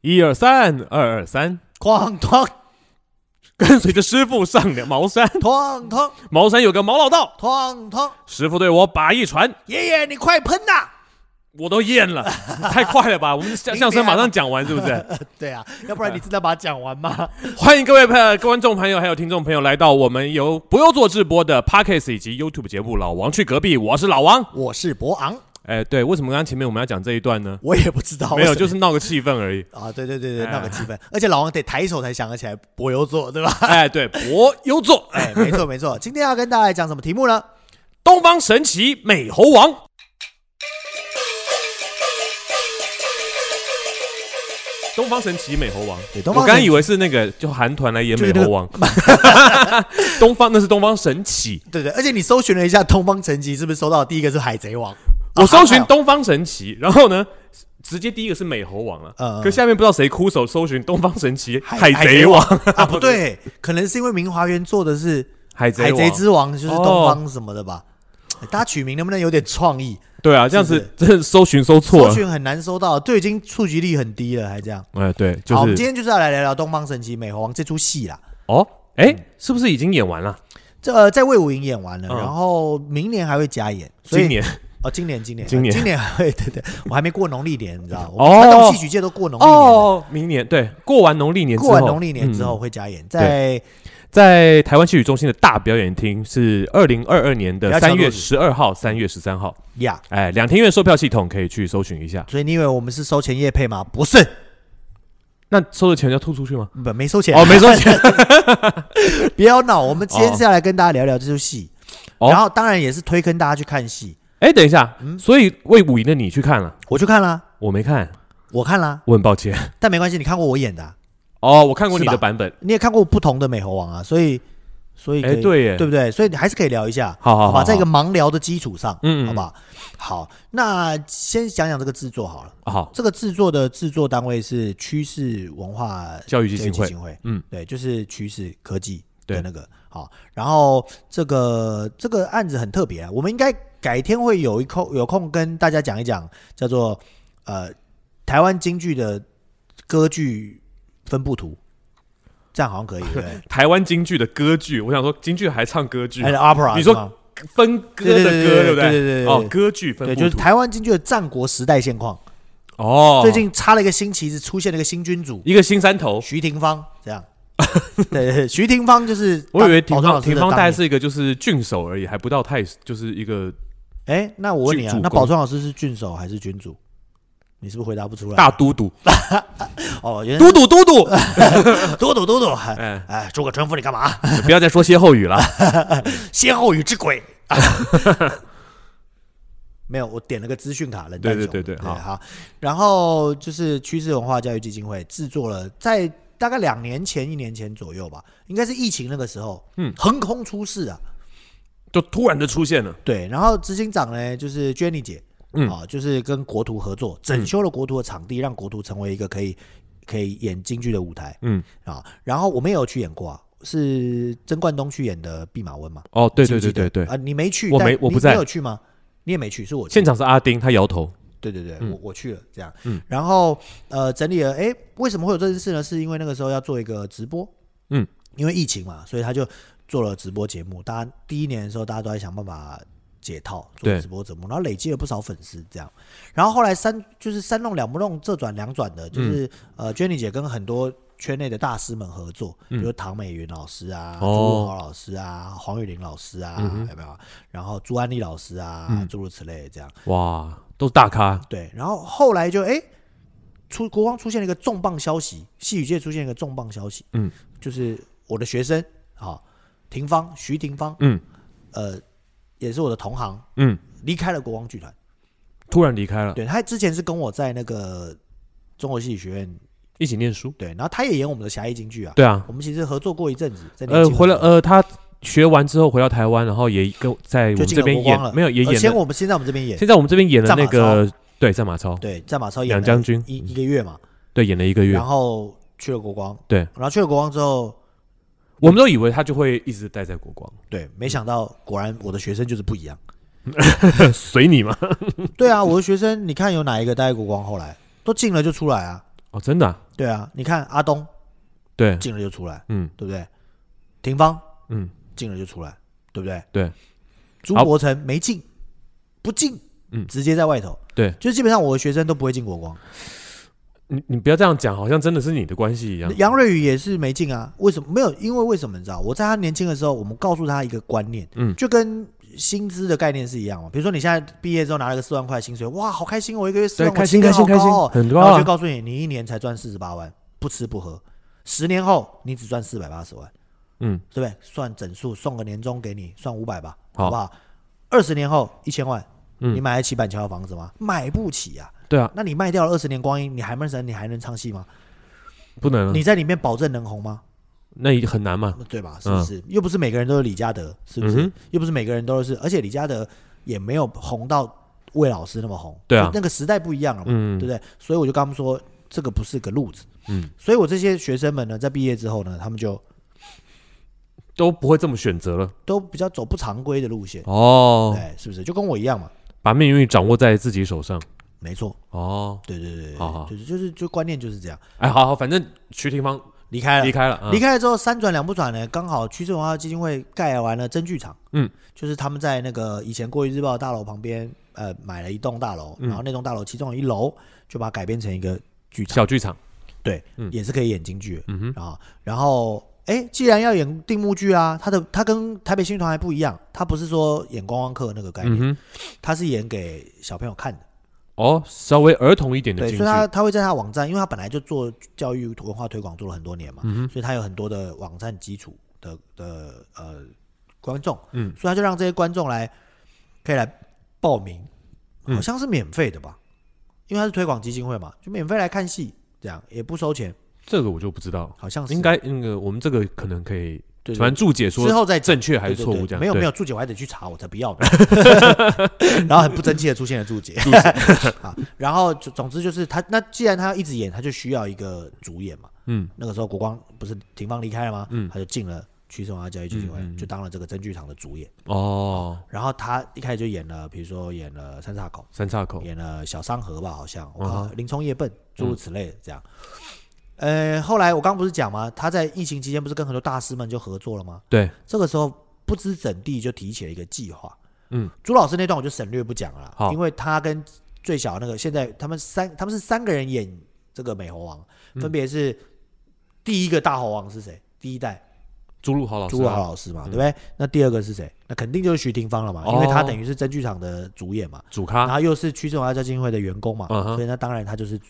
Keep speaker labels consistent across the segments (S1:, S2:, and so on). S1: 一二三，二二三，
S2: 哐哐
S1: 跟随着师傅上了茅山。
S2: 哐哐
S1: 茅山有个毛老道，
S2: 哐哐，
S1: 师傅对我把一传，
S2: 爷爷你快喷呐！
S1: 我都咽了，太快了吧！我们相相声马上讲完，是不是？
S2: 对啊，要不然你真的把它讲完吗？
S1: 欢迎各位朋友、观众朋友还有听众朋友来到我们由不用做直播的 Podcast 以及 YouTube 节目《老王去隔壁》，我是老王。
S2: 我是博昂，
S1: 哎，对，为什么刚刚前面我们要讲这一段呢？
S2: 我也不知道
S1: 没有，
S2: 为什么。
S1: 就是闹个气氛而已
S2: 啊，对对对对，
S1: 哎
S2: 那个气氛，而且老王得抬手才想得起来柏油座，对吧？
S1: 哎，对，博优作，
S2: 哎，没错没错，今天要跟大家讲什么题目呢？
S1: 东方神奇美猴王。东方神奇美猴王，
S2: 对，东
S1: 我
S2: 方
S1: 刚
S2: 神
S1: 以为是那个就韩团来演
S2: 就是
S1: 美
S2: 那个
S1: 猴王， 东方那是东方神起。
S2: 对对，而且你搜寻了一下东方神起，是不是搜到第一个是海贼王？
S1: 我搜寻
S2: 啊
S1: 东方神起，然后呢，直接第一个是美猴王了。
S2: 嗯嗯
S1: 可下面不知道谁哭手搜寻东方神起
S2: 海
S1: 海贼王，
S2: 还有啊，不对，可能是因为明华园做的是
S1: 海贼
S2: 海贼
S1: 王。
S2: 之王，就是
S1: 哦
S2: 东方什么的吧？大家取名能不能有点创意？
S1: 对啊，这样
S2: 是
S1: 子真的搜寻搜错
S2: 搜
S1: 了。
S2: 寻很难搜到，就已经触及率很低了，还这样。
S1: 哎，对，就
S2: 好，我们今
S1: 是
S2: 天就是要来聊聊《东方神起美猴王》这出戏啦。
S1: 哦，哎，是不是已经演完了？
S2: 这、呃、在魏武营演完了，
S1: 嗯
S2: 然后明年还会加演，所以
S1: 今年
S2: 哦，今年今年
S1: 今年
S2: 呃今年还会对对，我还没过农历年，你知道，我
S1: 哦
S2: 们传统戏曲界都过农历年的。
S1: 哦，明年对，过完农历年之后，
S2: 过完农历年之
S1: 嗯
S2: 后会加演，在
S1: 在台湾戏曲中心的大表演厅是二零二二年
S2: 不
S1: 的
S2: 要敲
S1: 三月
S2: 桌
S1: 十二号、三月十三号。
S2: 呀
S1: 哎，两厅院售票系统可以去搜寻一下。
S2: 所以你以为我们是收钱业配吗？不是，
S1: 那收的钱要吐出去吗？
S2: 不没收钱
S1: 哦，没收钱。
S2: 不要闹，我们今天是要来跟大家聊聊这出戏，
S1: 哦
S2: 然后当然也是推坑大家去看戏。
S1: 哎，等一下，所以魏武营的你去看啊了，
S2: 我去看啦，
S1: 我没看，
S2: 我看啦，
S1: 我很抱歉。
S2: 但没关系，你看过我演的啊、
S1: 哦，我看过你
S2: 是
S1: 的
S2: 吧
S1: 版本。
S2: 你也看过不同的美猴王啊，所以所以可
S1: 哎，
S2: 以
S1: 对耶，
S2: 对不对？所以你还是可以聊一下，
S1: 好好好
S2: 吧，在一个
S1: 好
S2: 盲聊的基础上，
S1: 嗯嗯
S2: 好吧。好，那先讲讲这个制作好了。
S1: 好，
S2: 这个制作的制作单位是趋势文化
S1: 教育基金
S2: 基
S1: 会。
S2: 金会，
S1: 嗯，
S2: 对，就是趋势科技的
S1: 对
S2: 那个好。然后这个这个案子很特别啊，我们应该改天会有一空有空跟大家讲一讲，叫做呃台湾京剧的歌剧分布图，这样好像可以对 不对
S1: 台湾京剧的歌剧，我想说京剧还唱歌剧
S2: 还，是 opera
S1: 你
S2: 是
S1: 说
S2: 吗
S1: 分歌的
S2: 对对
S1: 歌，
S2: 对对
S1: 不
S2: 对对对对
S1: 哎对？哦，歌剧分
S2: 对，
S1: 布
S2: 就是
S1: 图
S2: 台湾京剧的战国时代现况。
S1: 哦，
S2: 最近插了一个新旗子，出现了一个新君主
S1: 一个新山头，
S2: 徐廷芳，这样。 对对对，徐廷芳就是
S1: 我以为
S2: 当
S1: 廷
S2: 宝壮
S1: 芳
S2: 老师
S1: 廷
S2: 的
S1: 芳大
S2: 当
S1: 概
S2: 年
S1: 是一个就是郡守而已，还不到太就是一个
S2: 哎，那我问你
S1: 郡，
S2: 啊
S1: 主
S2: 那
S1: 公
S2: 宝川老师是郡守还是君主？你是不是回答不出来？
S1: 大都督
S2: 哦，原来
S1: 都督都督，
S2: 嘟嘟嘟嘟，哎
S1: 哎，
S2: 哎，诸葛村夫，你干嘛？
S1: 不要再说歇后语了。
S2: 歇后语 之鬼。没有，我点了个资讯卡，冷
S1: 对
S2: 淡
S1: 对
S2: 熊
S1: 对对好
S2: 好。然后就是趋势文化教育基金会制作了，在大概两年前、一年前左右吧，应该是疫情那个时候，嗯，横空出世啊，
S1: 就突然的出现了，
S2: 对，然后执行长呢就是娟妮姐，
S1: 嗯
S2: 啊，就是跟国图合作，整修了国图的场地，让国图成为一个可以可以演京剧的舞台
S1: 嗯，
S2: 啊。然后我们也有去演过啊，是曾冠东去演的《弼马温》嘛？
S1: 哦，对
S2: 记
S1: 对
S2: 不
S1: 对
S2: 记
S1: 对
S2: 得
S1: 对，
S2: 啊，你没去，
S1: 我
S2: 但
S1: 没我
S2: 你
S1: 不在
S2: 你有去吗？你也没去，是我去
S1: 现场是阿丁，他摇头，
S2: 对对对，
S1: 嗯
S2: 我我去了这样，
S1: 嗯
S2: 然后呃整理了，哎，为什么会有这件事呢？是因为那个时候要做一个直播，
S1: 嗯，
S2: 因为疫情嘛，所以他就做了直播节目。大家第一年的时候，大家都在想办法解套做
S1: 对
S2: 直播节目，然后累积了不少粉丝这样。然后后来三就是三弄两不弄，这转两转的，就是、
S1: 嗯
S2: 呃娟妮姐跟很多。圈内的大师们合作，比如唐美云老师啊、
S1: 哦
S2: 朱文豪老师啊、黄玉玲老师啊，
S1: 嗯哼嗯
S2: 有没有？然后朱安利老师啊，诸如此类这样。
S1: 哇，都是大咖，
S2: 对，然后后来就哎、诶出国光出现了一个重磅消息，戏曲界出现一个重磅消息，
S1: 嗯，
S2: 就是我的学生啊，廷芳，徐廷芳，
S1: 嗯
S2: 呃，也是我的同行，
S1: 嗯，
S2: 离开了国光剧团。
S1: 突然离开了，
S2: 对他之前是跟我在那个中国戏剧学院，
S1: 一起念书，
S2: 对，然后他也演我们的侠义京剧啊，
S1: 对啊，
S2: 我们其实合作过一阵子，在年
S1: 呃，
S2: 轻的
S1: 回
S2: 时
S1: 了，
S2: 候
S1: 呃，他学完之后回到台湾，然后也跟在我
S2: 就
S1: 们
S2: 进
S1: 这
S2: 了
S1: 边
S2: 国光了，
S1: 演，没有也
S2: 呃
S1: 演
S2: 先
S1: 了，
S2: 我们先在我们这边演，
S1: 现在我们这边演了
S2: 战马
S1: 那个对战马超，
S2: 对，战马超演
S1: 两
S2: 了
S1: 将军
S2: 一一个月嘛，
S1: 对，演了一个月
S2: 然，后去了国光，
S1: 对，
S2: 然后去了国光之后，
S1: 我们都以为他就会一直待在国光，
S2: 对，没想到果然我的学生就是不一样。
S1: 随你嘛。
S2: 对啊，我的学生，你看有哪一个待在国光后来都进了就出来啊？
S1: 哦，真的啊、
S2: 对啊，你看阿东
S1: 对，
S2: 进了就出来，
S1: 嗯
S2: 对不对？廷芳
S1: 嗯，
S2: 进了就出来，对不对？
S1: 对，
S2: 朱
S1: 好
S2: 伯成没进，不进，
S1: 嗯
S2: 直接在外头。
S1: 对，
S2: 就基本上我的学生都不会进国光。
S1: 你你不要这样讲，好像真的是你的关系一样。
S2: 杨瑞宇也是没进啊？为什么没有？因为为什么你知道？我在他年轻的时候，我们告诉他一个观念，
S1: 嗯
S2: 就跟薪资的概念是一样嘛。比如说你现在毕业之后拿了个四万块薪水，哇，好开心哦，我一个月四
S1: 对，
S2: 万，
S1: 开
S2: 我
S1: 心
S2: 薪
S1: 开
S2: 水
S1: 心
S2: 好
S1: 开心
S2: 高，哦
S1: 很多
S2: 然后就
S1: 啊。
S2: 告诉你，你一年才赚四十八万，不吃不喝，十年后你只赚四百八十万，
S1: 嗯，
S2: 对不对？算整数，送个年终给你，算五百吧，
S1: 好
S2: 好不好？二十年后一千万，
S1: 嗯
S2: 你买得起板桥的房子吗？买不起啊！
S1: 对啊，
S2: 那你卖掉了二十年光阴，你还能神，你还能唱戏吗？
S1: 不能啊，
S2: 你在里面保证能红吗？
S1: 那也很难嘛。
S2: 对吧？是不是？又不是每个人都是李嘉德，是不是？
S1: 嗯
S2: 又不是每个人都是，而且李嘉德也没有红到魏老师那么红，
S1: 对啊
S2: 就那个时代不一样了嘛，
S1: 嗯
S2: 对不对？所以我就跟他们说，这个不是个路子。
S1: 嗯，
S2: 所以我这些学生们呢，在毕业之后呢，他们就
S1: 都不会这么选择了。
S2: 都比较走不常规的路线，
S1: 哦，
S2: 哎，是不是？就跟我一样嘛，
S1: 把命运掌握在自己手上。
S2: 没错，
S1: 哦，
S2: 对对对对，
S1: 好好
S2: 就是就是就观念就是这样。
S1: 哎，好好，反正徐廷芳
S2: 离开了，
S1: 离开了，嗯
S2: 哎离开了之后，三转两不转呢，刚好区政文化基金会盖完了真剧场，
S1: 嗯，
S2: 就是他们在那个以前《过于日报》大楼旁边，呃，买了一栋大
S1: 嗯
S2: 楼，然后那栋大楼其中有一楼就把它改编成一个剧场，
S1: 小剧场。
S2: 对，
S1: 嗯
S2: 也是可以演京剧
S1: 嗯哼，
S2: 啊。然后，哎，既然要演定目剧啊，它的它跟台北新剧团还不一样，它不是说演观光客那个概
S1: 嗯
S2: 念，
S1: 哼，
S2: 它是演给小朋友看的。
S1: 哦，稍微儿童一点的
S2: 对，
S1: 京
S2: 所以他
S1: 剧。
S2: 他会在他网站，因为他本来就做教育文化推广做了很多年
S1: 嗯
S2: 嘛，所以他有很多的网站基础的的呃观众，
S1: 嗯，
S2: 所以他就让这些观众来可以来报名，
S1: 嗯
S2: 好像是免费的吧，因为他是推广基金会嘛，就免费来看戏，这样也不收钱，
S1: 这个我就不知道，
S2: 好像是
S1: 应该那个我们这个可能可以，
S2: 对对
S1: 反正注解
S2: 之
S1: 说
S2: 后再讲
S1: 正确还是错误
S2: 对对
S1: 这
S2: 对
S1: 样。
S2: 没有没
S1: 有，
S2: 有注解，我还得去查，我才不要呢。 然后很不争气的出 现了注解 啊，然后就总之就是他那既然他要一直演，他就需要一个主演嘛。
S1: 嗯，
S2: 那个时候国光不是廷芳离开了吗？嗯，他就进了啊区生文化教育基金会，
S1: 嗯
S2: 就当了这个真剧场的主演。
S1: 哦，
S2: 然后他一开始就演了，比如说演了三岔口，
S1: 三岔口，
S2: 演了小商河吧，好像我
S1: 嗯
S2: 靠，林冲夜奔，诸如此类的这样。呃，后来我刚不是讲吗？他在疫情期间不是跟很多大师们就合作了吗？
S1: 对，
S2: 这个时候不知怎地就提起了一个计划。
S1: 嗯，
S2: 朱老师那段我就省略不讲了啦
S1: 好，
S2: 因为他跟最小那个现在他们三他们是三个人演这个美猴王，
S1: 嗯
S2: 分别是第一个大猴王是谁？第一代
S1: 朱露豪老师啊，
S2: 朱老师嘛，对不对？那第二个是谁？那肯定就是徐廷芳了嘛，因为他
S1: 哦
S2: 等于是真剧场的主演嘛，
S1: 主
S2: 然
S1: 咖，
S2: 后又是区政华教基金会的员工嘛，
S1: 嗯哼
S2: 所以那当然他就是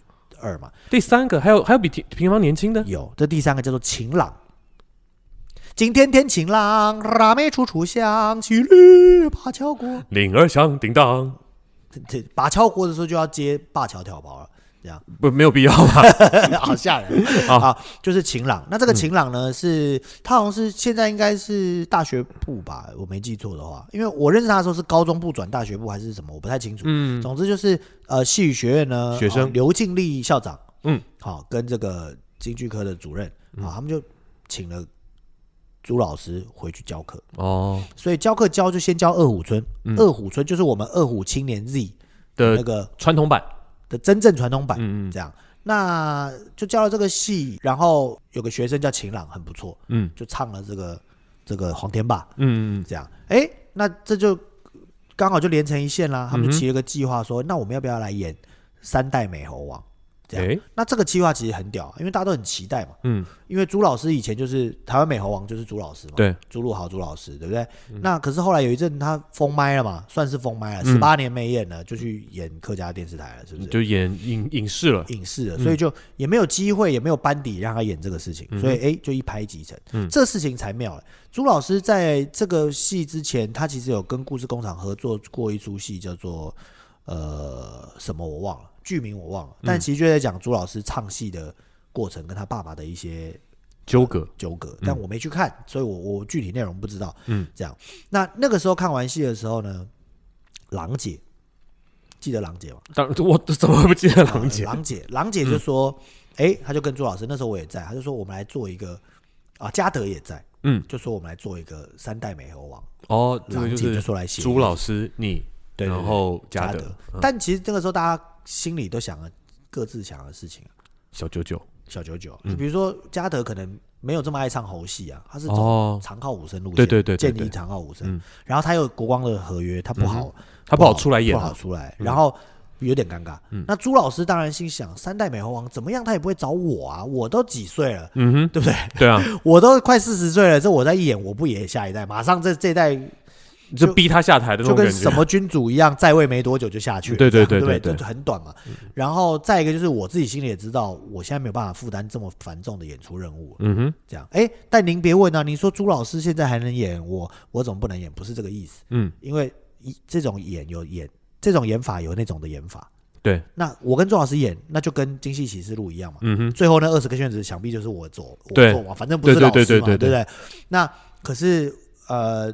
S2: 二嘛。
S1: 第三个还有还有比平平方年轻的
S2: 有，这第三个叫做晴朗。今天天晴朗，腊梅处处香，骑驴爬桥 过。
S1: 铃儿响叮当，
S2: 这这拔桥锅的时候就要接灞桥挑包了，这 样
S1: 不没有必要吧？
S2: 好吓人
S1: 好
S2: 啊！就是晴朗，那这
S1: 嗯
S2: 个晴朗呢，是他好像是现在应该是大学部吧，我没记错的话，因为我认识他的时候是高中部转大学部还是什么，我不太清楚。
S1: 嗯，
S2: 总之就是呃，戏语学院呢，
S1: 学生
S2: 呃刘敬立校长，
S1: 嗯，
S2: 好，跟这个京剧科的主任，好，他们就请了朱老师回去教课，
S1: 哦
S2: 所以教课教就先教二虎村，
S1: 嗯
S2: 二虎村就是我们二虎青年 Z 那
S1: 的
S2: 个啊
S1: 传统版，
S2: 的真正传统版，
S1: 嗯嗯
S2: 这样。那就教了这个戏，然后有个学生叫晴朗，很不错，
S1: 嗯
S2: 就唱了这个这个黄天霸，
S1: 嗯，嗯
S2: 这样，哎，那这就刚好就连成一线啦。他
S1: 嗯
S2: 们就提了个计划说，那我们要不要来演三代美猴王？这样，
S1: 哎，
S2: 那这个计划其实很屌啊，因为大家都很期待嘛。
S1: 嗯，
S2: 因为朱老师以前就是台湾美猴王，就是朱老师嘛，
S1: 对，嗯
S2: 朱露豪朱老师，对不对？那可是后来有一阵他封麦了嘛，算是封麦了，十
S1: 嗯
S2: 八年没演了，就去演客家电视台了，是不是？
S1: 就演影影视了，
S2: 影视了，所以就也没有机会，也没有班底让他演这个事情，所以哎、就一拍即成。这事情才妙了。朱老师在这个戏之前，他其实有跟故事工厂合作过一出戏，叫做呃什么我忘了，剧名我忘了，但其实就在讲朱老师唱戏的过程跟他爸爸的一些
S1: 纠葛，
S2: 纠葛，但我没去看，所以我我具体内容不知道。
S1: 嗯，
S2: 这样。那那个时候看完戏的时候呢，郎姐记得郎姐吗？
S1: 当 然我怎么会不记得 郎姐？ 嗯
S2: 郎姐，郎姐就说，哎、她就跟朱老师，那时候我也在，她就说我们来做一个啊，嘉德也在，
S1: 嗯，
S2: 就说我们来做一个三代美猴王，
S1: 哦，这
S2: 狼
S1: 个就
S2: 藉就是说来写
S1: 朱老师你，
S2: 对对
S1: 然后
S2: 加
S1: 嘉德、嗯
S2: 但其实那个时候大家心里都想了各自想的事情啊，
S1: 小九九，
S2: 小九九，
S1: 嗯
S2: 就比如说嘉德可能没有这么爱唱猴戏啊，他是走
S1: 哦，
S2: 长靠武生路线，
S1: 对对对对
S2: 建
S1: 对
S2: 议长靠武生
S1: 嗯，
S2: 然后他有国光的合约，他不好，
S1: 他不好出来演啊嗯
S2: 不，好出来，然后有点尴尬。那朱老师当然心想，三代美猴王怎么样，他也不会找我啊，我都几岁了，
S1: 嗯哼，
S2: 对不对？
S1: 对 啊，
S2: 我都快四十岁了，这我再一演，我不演下一代，马上这这一代
S1: 就逼他下台的那
S2: 就
S1: 种
S2: 跟
S1: 感觉，
S2: 什么君主一样，在位没多久就下去了，
S1: 对对
S2: 这样
S1: 对
S2: 对不
S1: 对对嗯
S2: 就很短嘛。然后再一个就是我自己心里也知道，我现在没有办法负担这么繁重的演出任务了，
S1: 嗯哼，
S2: 这样。哎，但您别问啊，你说朱老师现在还能演，我我怎么不能演？不是这个意思，
S1: 嗯，
S2: 因为一这种演有演这种演法有那种的演法。
S1: 对，
S2: 那我跟朱老师演，那就跟《京戏启示录》一样嘛。
S1: 嗯哼，
S2: 最后那二十个卷子，想必就是我走我
S1: 对
S2: 做嘛，反正不是老师嘛，
S1: 对对对
S2: 对
S1: 对
S2: 不对？那可是呃，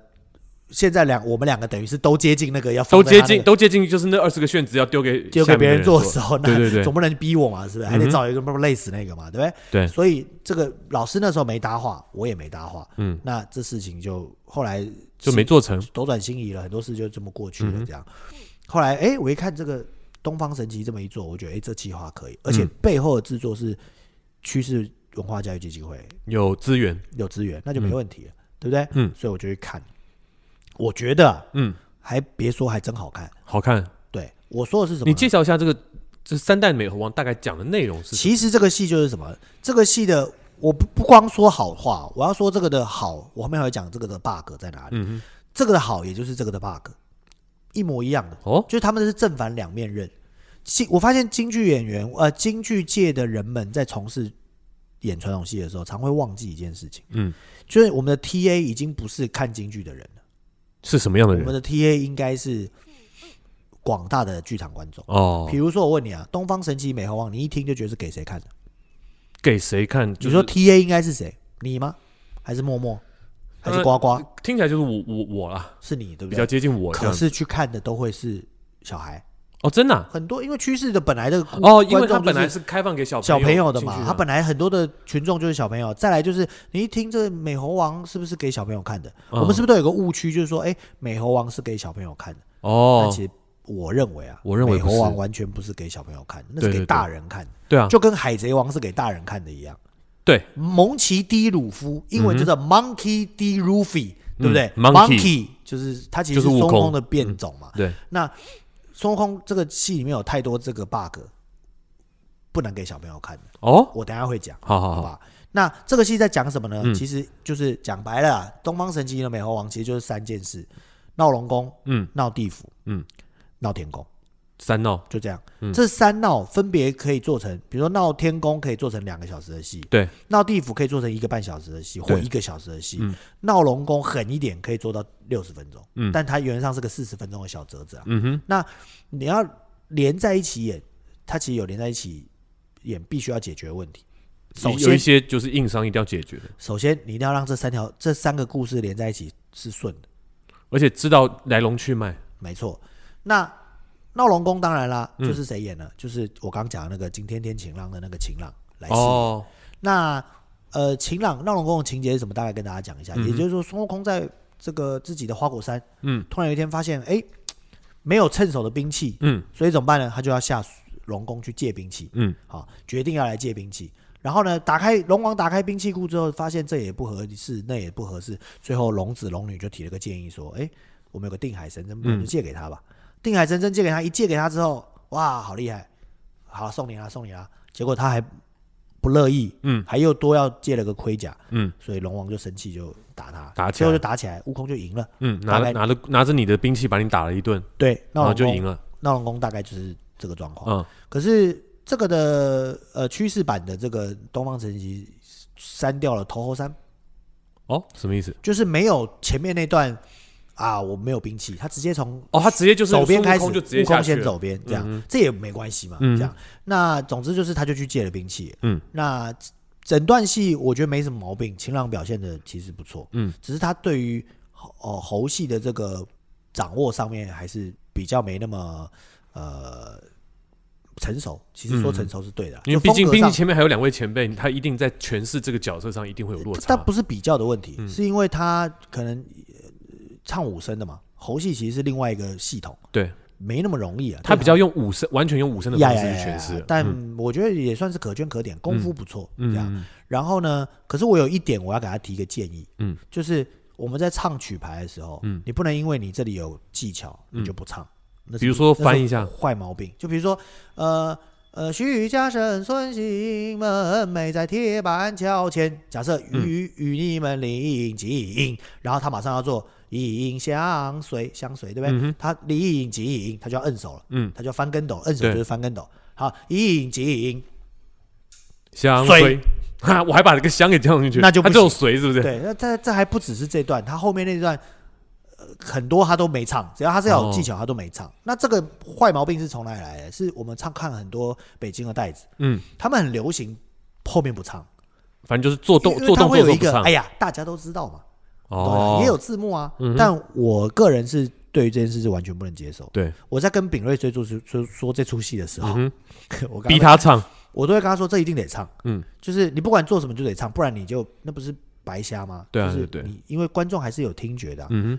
S2: 现在两我们两个等于是都接近那个要
S1: 都
S2: 放在他
S1: 接
S2: 那
S1: 近
S2: 个
S1: 都接近，就是那二十个卷子要丢给
S2: 丢
S1: 下面
S2: 给别人
S1: 人
S2: 做的时候，那
S1: 对对对
S2: 总不能逼我嘛，是不是？还
S1: 嗯
S2: 得
S1: 哼
S2: 找一个不累死那个嘛，对不对？
S1: 对
S2: 所以这个老师那时候没搭话，我也没搭话，
S1: 嗯，
S2: 那这事情就后来
S1: 就没做成，
S2: 斗转星移了，很多事就这么过去
S1: 嗯
S2: 了。这样，后来哎，我一看这个东方神奇这么一做，我觉得哎，这计划可以，而且
S1: 嗯
S2: 背后的制作是趋势文化教育基金会
S1: 有资源，
S2: 有资源，那就没问题了，对不对？
S1: 嗯，
S2: 所以我就去看，我觉得啊
S1: 嗯，
S2: 还别说，还真好看。
S1: 好看。
S2: 对我说的是什么
S1: 你
S2: 呢？
S1: 介绍一下这个这三代美猴王大概讲的内容是什
S2: 其实这个戏就是什么？这个戏的我不不光说好话，我要说这个的好，我后面还会讲这个的 bug 在哪里。
S1: 嗯
S2: 这个的好，也就是这个的 bug，一模一样的，
S1: 么？哦，
S2: 就是他们是正反两面刃。京我发现京剧演员，呃，京剧界的人们在从事演传统戏的时候，常会忘记一件事情，
S1: 嗯，
S2: 就是我们的 TA 已经不是看京剧的人了，
S1: 是什么样的
S2: 我们
S1: 人？
S2: 的 TA 应该是广大的剧场观众。
S1: 哦
S2: 比，如说，我问你啊，《东方神起》《美猴王》，你一听就觉得是给谁看的？
S1: 给谁看？就
S2: 你
S1: 是
S2: 说 T A 应该是谁？你吗？还是默默？还是呱呱？
S1: 听起来就是我我我啦，
S2: 是你对不
S1: 呃比较
S2: 对？
S1: 接近我这
S2: 可
S1: 样子。
S2: 是去看的都会是小孩，
S1: 哦，真的啊
S2: 很多因为趋势的本来的故
S1: 哦，因为
S2: 观众
S1: 他
S2: 就
S1: 本来
S2: 是
S1: 是开放给小
S2: 小朋友的
S1: 进
S2: 嘛，
S1: 去
S2: 他本来很多的群众就是小朋友。再来就是你一听这美猴王是不是给小朋友看的？
S1: 嗯
S2: 我们是不是都有个误区，就是说，哎，美猴王是给小朋友看的？但
S1: 哦，
S2: 其实我认为啊，
S1: 我认为
S2: 美
S1: 不是
S2: 猴王完全不是给小朋友看的，那
S1: 对对
S2: 是给
S1: 对
S2: 大人看的，
S1: 对啊，
S2: 就跟海贼王是给大人看的一样。
S1: 对，
S2: 蒙奇 D 鲁夫，英文叫做 Monkey D. Luffy，、对不对
S1: 嗯，Monkey
S2: 就是它其
S1: 就
S2: 实
S1: 是
S2: 是
S1: 悟
S2: 孙悟空
S1: 空嗯
S2: 的变种嘛。
S1: 对，
S2: 那孙悟空这个戏里面有太多这个 bug，不能给小朋友看的。
S1: 哦，
S2: 我等一下会讲，
S1: 好好
S2: 好
S1: 好，
S2: 吧？那这个戏在讲什么呢？
S1: 嗯
S2: 其实就是讲白了啊，东方神起的美猴王其实就是三件事：闹龙宫、
S1: 嗯
S2: 闹地府、
S1: 嗯，
S2: 闹天宫。
S1: 三闹，
S2: 就这样，
S1: 嗯
S2: 这三闹分别可以做成，比如说闹天宫可以做成两个小时的戏，
S1: 对，
S2: 闹地府可以做成一个半小时的戏或
S1: 对
S2: 一个小时的戏
S1: 嗯，
S2: 闹龙宫狠一点可以做到六十分钟，
S1: 嗯
S2: 但它原则上是个四十分钟的小折子啊。
S1: 嗯哼，
S2: 那你要连在一起演，它其实有连在一起演，必须要解决问题。首
S1: 有一
S2: 先，
S1: 些就是硬伤一定要解决的，
S2: 首先你一定要让这三条这三个故事连在一起是顺的，
S1: 而且知道来龙去脉。
S2: 没错。那闹龙宫当然啦，就是谁演呢？就是我刚讲的那个今天天晴朗的那个晴朗来饰演
S1: 哦，
S2: 那呃，晴朗闹龙宫的情节是什么？大概跟大家讲一下。也就是说，孙悟空在这个自己的花果山，
S1: 嗯，
S2: 突然有一天发现，哎、没有趁手的兵器，
S1: 嗯
S2: 所以怎么办呢？他就要下龙宫去借兵器，
S1: 嗯，
S2: 好，决定要来借兵器。然后呢，打开龙王打开兵器库之后，发现这也不合适，那也不合适。最后龙子龙女就提了个建议说：“哎，我们有个定海神针，
S1: 嗯
S2: 不然就借给他吧。定海神针借给他，一借给他之后，哇，好厉害！好，送你啦，送你啦。结果他还不乐意，
S1: 嗯，
S2: 还又多要借了个盔甲，
S1: 嗯，
S2: 所以龙王就生气就打他，
S1: 打起来
S2: 最后就打起来，悟空就赢了。
S1: 嗯，拿
S2: 大概
S1: 拿着拿着你的兵器把你打了一顿，
S2: 对，
S1: 然
S2: 闹
S1: 后
S2: 龙
S1: 就赢
S2: 宫，
S1: 了。
S2: 闹龙宫大概就是这个状况。
S1: 嗯，
S2: 可是这个的呃趋势版的这个东方神起删掉了头猴山，
S1: 哦，什么意思？
S2: 就是没有前面那段啊，我没有兵器，他直接从
S1: 哦，他直接就是
S2: 走边开始，
S1: 孙悟空就直接
S2: 悟
S1: 下
S2: 空
S1: 去
S2: 先
S1: 了。
S2: 走边，这样、这也没关系嘛，
S1: 嗯
S2: 这样。那总之就是他就去借了兵器，
S1: 嗯，
S2: 那整段戏我觉得没什么毛病，秦朗表现的其实不错，
S1: 嗯，
S2: 只是他对于猴哦猴戏的这个掌握上面还是比较没那么呃成熟，其实说成熟是对的啦，
S1: 嗯因
S2: 啊
S1: 为
S2: 就
S1: 毕竟
S2: 风
S1: 毕竟
S2: 格上
S1: 前面还有两位前辈，他一定在诠释这个角色上一定会有落差。
S2: 但不是比较的问题，
S1: 嗯
S2: 是因为他可能、呃唱武声的嘛，猴戏其实是另外一个系统，
S1: 对
S2: 没那么容易啊。
S1: 他
S2: 对
S1: 比较用武生，完全用武生的
S2: 呀
S1: 方
S2: 呀
S1: 式去
S2: 呀呀
S1: 诠释
S2: 呀。但
S1: 嗯
S2: 我觉得也算是可圈可点，功夫不错，这样。
S1: 嗯，
S2: 然后呢，可是我有一点我要给他提一个建议，
S1: 嗯，
S2: 就是我们在唱曲牌的时候，
S1: 嗯
S2: 你不能因为你这里有技巧你就不唱，那是
S1: 比如说
S2: 那是
S1: 翻一下
S2: 坏毛病，就比如说呃。呃，徐家胜、孙兴门美在铁板桥前。假设与、
S1: 嗯
S2: 与你们邻近，然后他马上要做影相随，相随对不对？他邻近，他就要摁手了，
S1: 嗯，
S2: 他就要翻跟斗，摁手
S1: 对
S2: 就是翻跟斗。好，影近，
S1: 香
S2: 水
S1: 水，哈， 我还把这个香给加上去，
S2: 那就不
S1: 他
S2: 行
S1: 这种水是不是？
S2: 对，那这这还不只是这段，他后面那段、呃、很多他都没唱，只要他是要有技
S1: 哦
S2: 巧，他都没唱。那这个坏毛病是从哪里来的？是我们唱看很多北京的袋子，
S1: 嗯，
S2: 他们很流行后面不唱，
S1: 反正就是做动
S2: 因为
S1: 做
S2: 他
S1: 动
S2: 会
S1: 作
S2: 有
S1: 都
S2: 一
S1: 不
S2: 个，
S1: 上
S2: 哎。呀，大家都知道嘛，
S1: 哦，
S2: 也有字幕啊。
S1: 嗯哼
S2: 但我个人是对于这件事是完全不能接受。
S1: 对，
S2: 我在跟炳瑞追逐说说说这出戏的时候，
S1: 嗯
S2: 我跟
S1: 逼，他唱，
S2: 我都会跟他说这一定得唱，
S1: 嗯，
S2: 就是你不管做什么就得唱，不然你就那不是白瞎吗？
S1: 对啊
S2: 就是
S1: 对对
S2: 你因为观众还是有听觉的啊、
S1: 嗯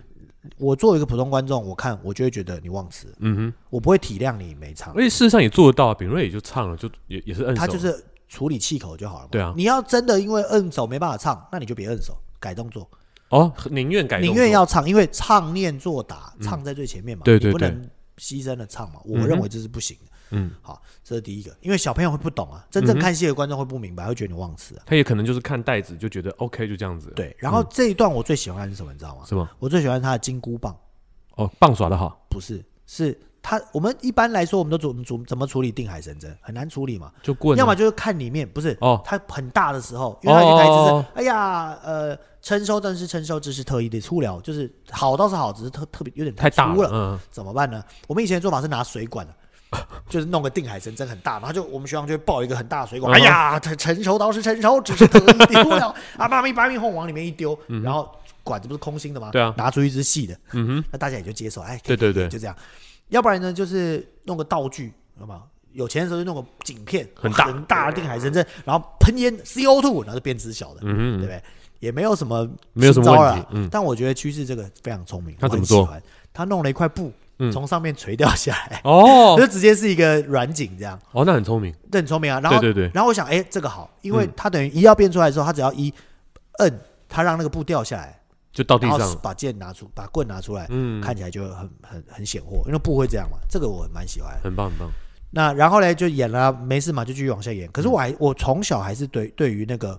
S2: 我作为一个普通观众，我看我就会觉得你忘词，
S1: 哼，嗯哼，
S2: 我不会体谅你没唱
S1: 而，且事实上也做得到，炳瑞也就唱了，就也也是摁手，
S2: 他就是处理气口就好了嘛。
S1: 对啊
S2: 你要真的因为摁手没办法唱，那你就别摁手，改动作，
S1: 哦，宁愿改动
S2: 宁
S1: 作，嗯
S2: 愿要唱，因为唱念做打，唱在最前面嘛，
S1: 对对
S2: 你不
S1: 对
S2: 能牺牲了唱嘛，
S1: 嗯
S2: 我
S1: 哼
S2: 认为这是不行的。
S1: 嗯，
S2: 好，这是第一个，因为小朋友会不懂啊，真正看戏的观众会不明白，会觉得你忘词啊。
S1: 他也可能就是看袋子就觉得 OK 就这样子，，
S2: 对，然后这一段我最喜欢的是什么，你知道吗？
S1: 是吗？
S2: 我最喜欢他的金箍棒，
S1: 哦，棒耍的好，
S2: 不是，是他。我们一般来说，我们都怎么怎么怎么处理定海神针，很难处理嘛。
S1: 就棍啊，
S2: 要么就是看里面，不是
S1: 哦
S2: 他很大的时候，因为他有一个台词是：“
S1: 哦
S2: 哎呀，呃，承受但是承受，这是特意的粗粮，就是好倒是好，只是特特别有点
S1: 太大
S2: 粗
S1: 了，
S2: 了，
S1: 嗯，
S2: 怎么办呢？”我们以前的做法是拿水管的。啊 就是弄个定海神针很大，然后就我们学校就会抱一个很大的水管，
S1: 嗯哼
S2: 哎呀，这成熟倒是成熟，只是特意的粗粮 啊，妈咪把米哄往里面一丢，然后管子不是空心的吗？
S1: 嗯对啊
S2: 拿出一支细的，
S1: 嗯哼，
S2: 那大家也就接受，哎，可
S1: 对
S2: 以
S1: 对对，
S2: 就这样。要不然呢，就是弄个道具，好不好？有钱的时候就弄个景片，
S1: 很大
S2: 很大的定海神针，然后喷烟 CO2，然后就变知小的，
S1: 嗯哼嗯，
S2: 对不对？也没有什么
S1: 没有什么
S2: 新招
S1: 问
S2: 了
S1: 题
S2: 啦，
S1: 嗯
S2: 但我觉得趋势这个非常聪明，
S1: 他
S2: 我
S1: 怎么
S2: 很
S1: 做
S2: 喜欢？他弄了一块布
S1: 嗯，
S2: 从上面垂掉下来，
S1: 哦
S2: 就直接是一个软景这样，
S1: 哦，那很聪明，
S2: 这很聪明啊。然
S1: 对
S2: 后，
S1: 对嗯对，
S2: 然后我想，哎，这个好，因为他等于一要变出来的时候，他只要一摁，他让那个布掉下来，
S1: 就到地
S2: 然
S1: 上
S2: 后
S1: 了，
S2: 把剑拿出，把棍拿出来，
S1: 嗯，
S2: 看起来就很很很显货，因为布会这样嘛，这个我蛮喜欢。
S1: 很棒很棒，
S2: 那然后嘞就演了啊，没事嘛就继续往下演。
S1: 嗯
S2: 可是我还我从小还是对对于那个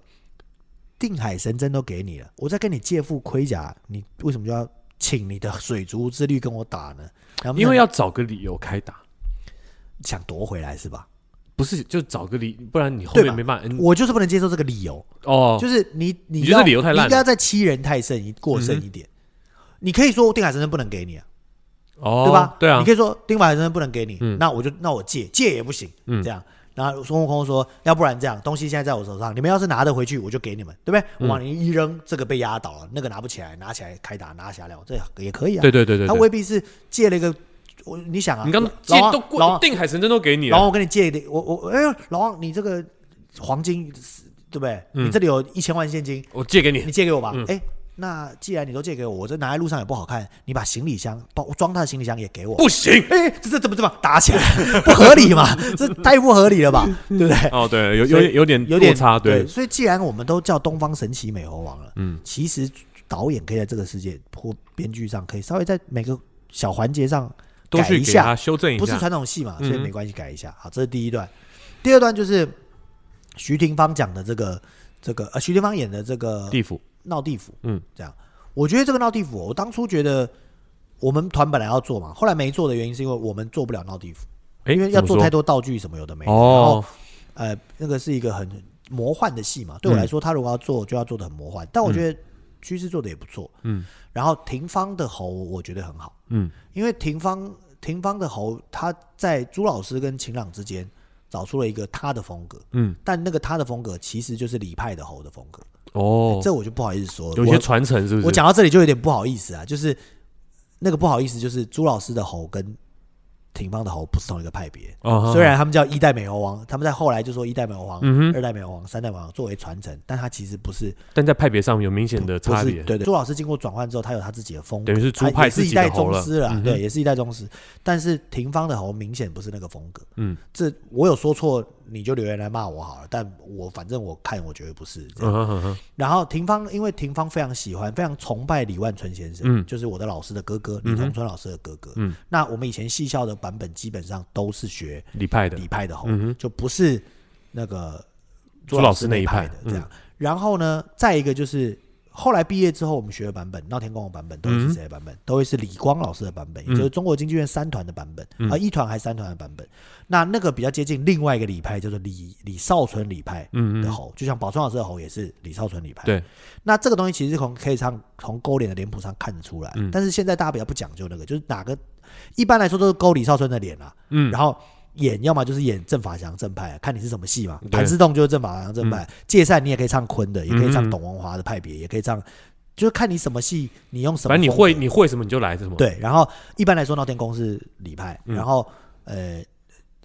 S2: 定海神针都给你了，我在跟你借副盔甲，你为什么就要请你的水族之律跟我打呢？然后
S1: 因为要找个理由开打，
S2: 想夺回来是吧？
S1: 不是就找个理，不然你后
S2: 对
S1: 面
S2: 吧
S1: 没办法，嗯
S2: 我就是不能接受这个理由，
S1: 哦，
S2: 就是你
S1: 你
S2: 你
S1: 觉得
S2: 要
S1: 理由太烂了嗯
S2: 你应该要在欺人太甚一过剩一点。你可以说定海神针不能给你啊，
S1: 哦，
S2: 对吧？
S1: 对啊
S2: 你可，以说丁法真不能给你，
S1: 嗯
S2: 那我就那我借借也不行，
S1: 嗯
S2: 这样。然后孙悟空说：“要不然这样，东西现在在我手上，你们要是拿得回去，我就给你们，对不对？
S1: 嗯
S2: 我往你一扔，这个被压倒了，那个拿不起来，拿起来开打，拿下来，这也可以啊。
S1: 对对对对
S2: 他
S1: 对，
S2: 未必是借了一个，我你想啊，
S1: 你刚
S2: 老
S1: 借
S2: 老王
S1: 都
S2: 老
S1: 棍
S2: 王，
S1: 定海神针都给你
S2: 老啊
S1: 了，
S2: 王，我跟你借的，我我哎呦，老王，你这个黄金对不对？
S1: 嗯
S2: 你这里有一千万现金，
S1: 我借给你
S2: 你，借给我吧。哎、那既然你都借给我，我这拿在路上也不好看，你把行李箱包装他的行李箱也给我，
S1: 不行，
S2: 哎、这这怎么怎么打起来？不合理嘛？这太不合理了吧？对不对？
S1: 哦，对，有有
S2: 所以
S1: 有点
S2: 有点
S1: 落差，对，
S2: 所以既然我们都叫东方神奇美猴王了，
S1: 嗯，
S2: 其实导演可以在这个世界或编剧上，可以稍微在每个小环节上
S1: 都
S2: 改
S1: 去
S2: 一
S1: 给
S2: 下
S1: 他，修正一
S2: 不是
S1: 下，
S2: 传统戏嘛，所以
S1: 嗯
S2: 没关系，改一下。好，这是第一段。第二段就是徐廷芳讲的这个这个呃，徐廷芳演的这个
S1: 地府，
S2: 闹地府，
S1: 嗯，
S2: 这样。我觉得这个闹地府，我当初觉得我们团本来要做嘛，后来没做的原因是因为我们做不了闹地府，
S1: 哎，
S2: 因为要
S1: 怎
S2: 做
S1: 么
S2: 太
S1: 说
S2: 多道具什么有的没的。然后
S1: 哦，
S2: 呃，那个是一个很魔幻的戏嘛，对我
S1: 嗯
S2: 来说，他如果要做就要做的很魔幻，但我觉得趋势做的也不错。
S1: 嗯
S2: 然后廷芳的猴，我觉得很好，
S1: 嗯，
S2: 因为廷芳廷芳的猴，他在朱老师跟秦朗之间找出了一个他的风格。
S1: 嗯，
S2: 但那个他的风格其实就是李派的猴的风格，
S1: 哦，
S2: 这我就不好意思说了。
S1: 有一
S2: 我
S1: 些传承是不是？
S2: 我讲到这里就有点不好意思啊，就是那个不好意思，就是朱老师的猴跟廷芳的猴不是同一个派别。
S1: 哦
S2: 虽然他们叫一代美猴王，他们在后来就说一代美猴王、
S1: 嗯哼，
S2: 二代美猴王、三代美猴王作为传承，但它其实不是
S1: 但在派别上有明显的
S2: 不
S1: 差
S2: 是
S1: 别，
S2: 对对。朱老师经过转换之后，他有他自己的风格
S1: 等，于是
S2: 他
S1: 出派
S2: 也是
S1: 自
S2: 一
S1: 己
S2: 代
S1: 的猴
S2: 宗
S1: 了，
S2: 师啦，
S1: 嗯哼
S2: 对，，也是一代宗师。但是廷芳的猴明显不是那个风格，
S1: 嗯
S2: 这我有说错，你就留言来骂我好了。但我反正我看我觉得不是这样。
S1: 嗯哼嗯哼
S2: 然后廷芳，因为廷芳非常喜欢、非常崇拜李万春先生，
S1: 嗯
S2: 就是我的老师的哥哥李同春老师的哥哥。
S1: 嗯
S2: 那我们以前戏校的版本基本上都是学
S1: 李派的，
S2: 李派的猴，
S1: 嗯哼
S2: 就不是那个
S1: 朱老师那一
S2: 派
S1: 派嗯
S2: 的这样。然后呢，再一个就是后来毕业之后，我们学的版本，闹天宫的版本都
S1: 嗯
S2: 会是谁的版本？都会是李光老师的版本，也就是中国京剧院三团的版本，
S1: 嗯
S2: 啊、一团还是三团的版本。那那个比较接近另外一个李派，叫做李李少春李派
S1: 嗯
S2: 的
S1: 嗯，
S2: 猴，就像宝川老师的猴也是李少春李派。
S1: 对，
S2: 那这个东西其实从可以上从勾脸的脸谱上看得出来，
S1: 嗯
S2: 但是现在大家比较不讲究那个，就是哪个一般来说都是勾李少春的脸啊，
S1: 嗯
S2: 然后演要么就是演正法祥正派，啊看你是什么戏嘛。
S1: 对嗯
S2: 谭嗣栋就是正法祥正派，介善你也可以唱昆的，也可以唱董文华的派别，也可以唱，就是看你什么戏，你用什么
S1: 反
S2: 风
S1: 正
S2: 格。
S1: 你会你会什么你就来什么，，
S2: 对，然后一般来说闹天宫是李派，
S1: 嗯
S2: 然后呃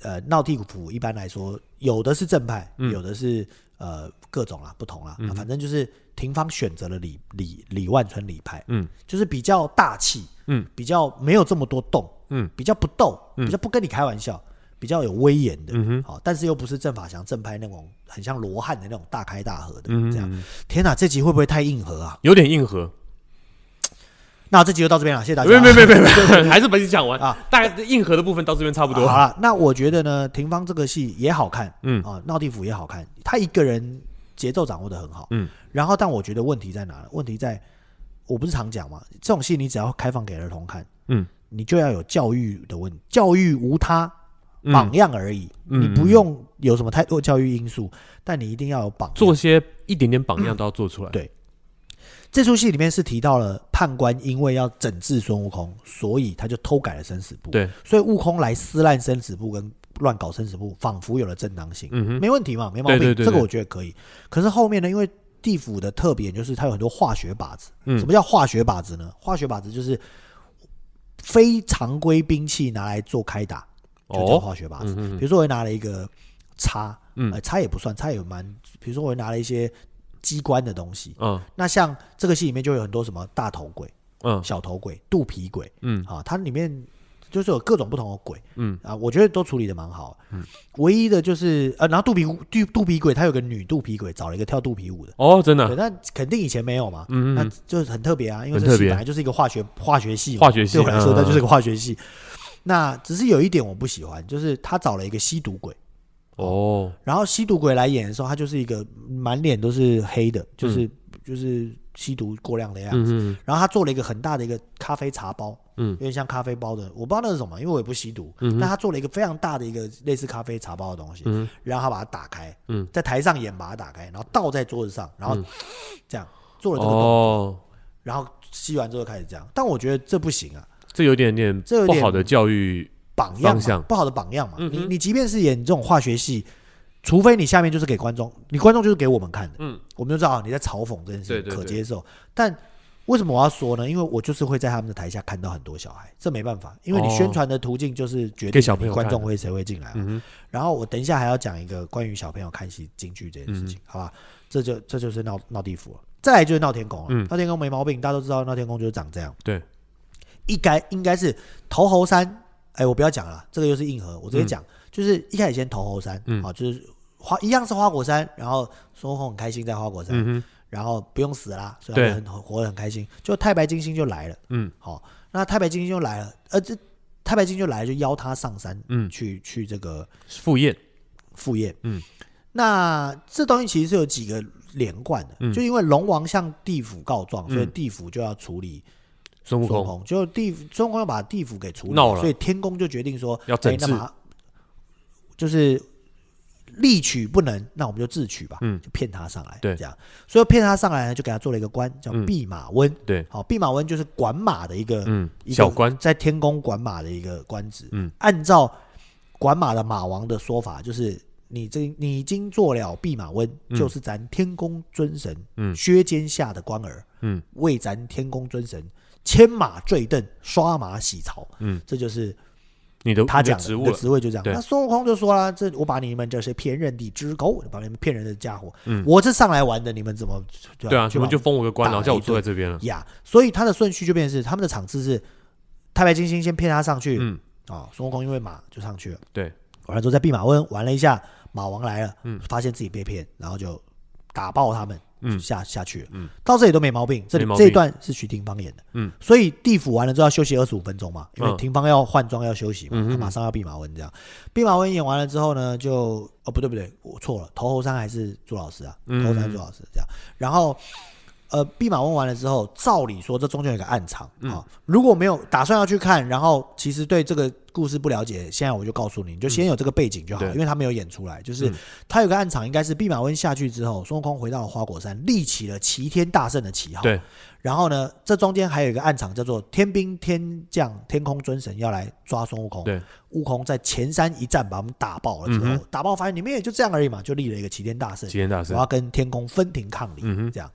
S2: 呃闹地府一般来说有的是正派，
S1: 嗯
S2: 有的是呃各种啦不同啦，啊
S1: 嗯哼
S2: 反正就是廷芳选择了李李李万春李派，
S1: 嗯
S2: 就是比较大气，
S1: 嗯，
S2: 比较没有这么多动，
S1: 嗯
S2: 比较不斗，
S1: 嗯
S2: 比较不跟你开玩笑，比较有威严的，
S1: 嗯哼
S2: 好，但是又不是正法祥正派那种很像罗汉的那种大开大合的，
S1: 嗯
S2: 这样。
S1: 嗯，嗯
S2: 天哪，这集会不会太硬核啊？
S1: 有点硬核，
S2: 那这集就到这边了，谢谢大家。
S1: 没没没没没，还是把你讲完
S2: 啊
S1: 啊，大概硬核的部分到这边差不多，
S2: 好了，那我觉得呢，廷芳这个戏也好看，
S1: 嗯
S2: 啊，闹地府也好看，他一个人节奏掌握的很好，
S1: 嗯，
S2: 然后但我觉得问题在哪？问题在，我不是常讲嘛，这种戏你只要开放给儿童看，
S1: 嗯，
S2: 你就要有教育的问，教育无他，
S1: 嗯
S2: 榜样而已，
S1: 嗯
S2: 你不用有什么太多教育因素，但你一定要有榜样。
S1: 做些一点点榜样都要做出来，
S2: 对这出戏里面是提到了判官因为要整治孙悟空，所以他就偷改了生死簿，
S1: 对，
S2: 所以悟空来撕烂生死簿跟乱搞生死簿，仿佛有了正当性，
S1: 嗯哼
S2: 没问题嘛，没毛病，
S1: 对对对
S2: 这个我觉得可以。可是后面呢，因为地府的特别就是它有很多化学靶子，
S1: 嗯
S2: 什么叫化学靶子呢？化学靶子就是非常规兵器拿来做开打，就叫
S1: 哦
S2: 化学靶子。
S1: 嗯哼
S2: 比如说我拿了一个叉，
S1: 嗯
S2: 呃，叉也不算，叉也蛮，比如说我拿了一些机关的东西。
S1: 嗯
S2: 那像这个戏里面就有很多什么大头鬼、
S1: 嗯
S2: 小头鬼、肚皮鬼，
S1: 嗯
S2: 啊，它里面就是有各种不同的鬼，
S1: 嗯
S2: 啊，我觉得都处理的蛮好。嗯，唯一的就是呃，然后肚皮肚肚皮鬼，它有个女肚皮鬼，找了一个跳肚皮舞的，
S1: 哦，真的
S2: 对，那肯定以前没有嘛，
S1: 嗯嗯
S2: 那
S1: 嗯
S2: 就是很特别啊，因为
S1: 很
S2: 这
S1: 特
S2: 戏
S1: 别
S2: 本来就是一个化学化学系嘛，
S1: 化学系
S2: 对我来说
S1: 嗯
S2: 它就是个化学系。那只是有一点我不喜欢，就是他找了一个吸毒鬼，
S1: 哦，
S2: 然后吸毒鬼来演的时候，他就是一个满脸都是黑的，就是、就是吸毒过量的样子。
S1: 嗯嗯嗯
S2: 然后他做了一个很大的一个咖啡茶包，
S1: 嗯
S2: 有点像咖啡包的，我不知道那是什么，因为我也不吸毒。
S1: 嗯
S2: 但他做了一个非常大的一个类似咖啡茶包的东西，
S1: 嗯
S2: 然后他把它打开，
S1: 嗯
S2: 在台上演把它打开，然后倒在桌子上，然后
S1: 嗯
S2: 这样做了这个动作，
S1: 哦，
S2: 然后吸完之后开始这样。但我觉得这不行啊，
S1: 这有点点
S2: 这有
S1: 不
S2: 点
S1: 好的教育，
S2: 榜样
S1: 方
S2: 嘛
S1: 向，
S2: 不好的榜样嘛。
S1: 嗯嗯
S2: 你你即便是演这种化学系，除非你下面就是给观众，你观众就是给我们看的，
S1: 嗯，
S2: 我们就知道啊你在嘲讽这件事
S1: 对
S2: 情
S1: 对
S2: 可
S1: 对
S2: 接受，但。为什么我要说呢？因为我就是会在他们的台下看到很多小孩，这没办法，因为你
S1: 哦
S2: 宣传的途径就是决
S1: 给
S2: 定
S1: 小朋
S2: 你
S1: 友
S2: 观
S1: 看
S2: 众
S1: 的
S2: 会谁会进来嘛。
S1: 嗯哼，
S2: 然后我等一下还要讲一个关于小朋友看戏京剧这件
S1: 嗯
S2: 事情，好吧？这就这就是闹闹地府了，再来就是闹天宫了。
S1: 嗯
S2: 闹天宫没毛病，大家都知道闹天宫就是长这样。
S1: 对，
S2: 一该应该是头猴山，哎，我不要讲了，这个又是硬核，我直接讲，就是一开始先头猴山，
S1: 嗯
S2: 啊，就是花一样是花果山，然后孙悟空很开心在花果山，
S1: 嗯哼，
S2: 然后不用死啦，所以他
S1: 对
S2: 就很活得很开心，就太白金星就来了。
S1: 嗯
S2: 好、那太白金星就来了，呃，这太白金星就来了，就邀他上山
S1: 嗯，
S2: 去去这个
S1: 赴宴，
S2: 副业。
S1: 嗯，
S2: 那这东西其实是有几个连贯的，
S1: 嗯
S2: 就因为龙王向地府告状，所以
S1: 嗯
S2: 地府就要处理
S1: 孙悟
S2: 孙悟
S1: 空
S2: 空，就地府孙悟空要把地府给处理
S1: 闹了
S2: 所以天宫就决定说
S1: 要整治
S2: 哎那么就是力取不能，那我们就自取吧，
S1: 嗯
S2: 就骗他上来，
S1: 对
S2: 这样，所以骗他上来呢，就给他做了一个官叫
S1: 嗯
S2: 弼马温，
S1: 对，
S2: 好，弼马温就是管马的一个、
S1: 嗯，
S2: 一个
S1: 小关，
S2: 在天宫管马的一个官职。
S1: 嗯，
S2: 按照管马的马王的说法，就是你这你已经做了弼马温，
S1: 嗯
S2: 就是咱天宫尊神，
S1: 嗯
S2: 薛监下的官儿，
S1: 嗯，
S2: 为咱天宫尊神牵马坠镫，刷马洗槽，
S1: 嗯，
S2: 这就是
S1: 你的
S2: 他
S1: 你的
S2: 讲的
S1: 职
S2: 你
S1: 务
S2: 的
S1: 了，
S2: 职位就这样。
S1: 对
S2: 那孙悟空就说了：“这我把你们这些骗人的只狗，把你们骗人的家伙，
S1: 嗯
S2: 我这上来玩的，你们怎么对
S1: 对啊，
S2: 去
S1: 你们
S2: 把
S1: 就封我个官，
S2: 打
S1: 然后叫我
S2: 一
S1: 坐在这边了，
S2: 呀所以他的顺序就变成是他们的场次是太白金星先骗他上去，
S1: 嗯，
S2: 哦，孙悟空因为马就上去了，
S1: 对，
S2: 完了之后在弼马温玩了一下，马王来了，
S1: 嗯
S2: 发现自己被骗，然后就打爆他们，
S1: 嗯
S2: 就下下去了，
S1: 嗯，
S2: 到这里都没毛病，这里
S1: 没毛病
S2: 这一段是许廷芳演的，
S1: 嗯，
S2: 所以地府完了之后要休息二十五分钟嘛，因为
S1: 嗯
S2: 廷芳要换装要休息嘛，
S1: 嗯哼
S2: 他马上要弼马温这样，弼马温演完了之后呢，就哦不对不对，我错了，头猴山还是朱老师啊，头
S1: 嗯
S2: 猴山是朱老师这样，然后。呃，弼马温完了之后，照理说这中间有一个暗场
S1: 嗯
S2: 啊、如果没有打算要去看，然后其实对这个故事不了解，现在我就告诉你，你就先有这个背景就好，
S1: 嗯对
S2: 因为他没有演出来。就是
S1: 嗯
S2: 他有个暗场，应该是弼马温下去之后，孙悟空回到了花果山，立起了齐天大圣的旗号。
S1: 对，
S2: 然后呢，这中间还有一个暗场，叫做天兵天将天空尊神要来抓孙悟空。
S1: 对，
S2: 悟空在前山一战把我们打爆了之后，
S1: 嗯
S2: 打爆发现你们也就这样而已嘛，就立了一个齐天大圣。
S1: 齐天大圣
S2: 我要，跟天空分庭抗礼，
S1: 嗯哼
S2: 这样。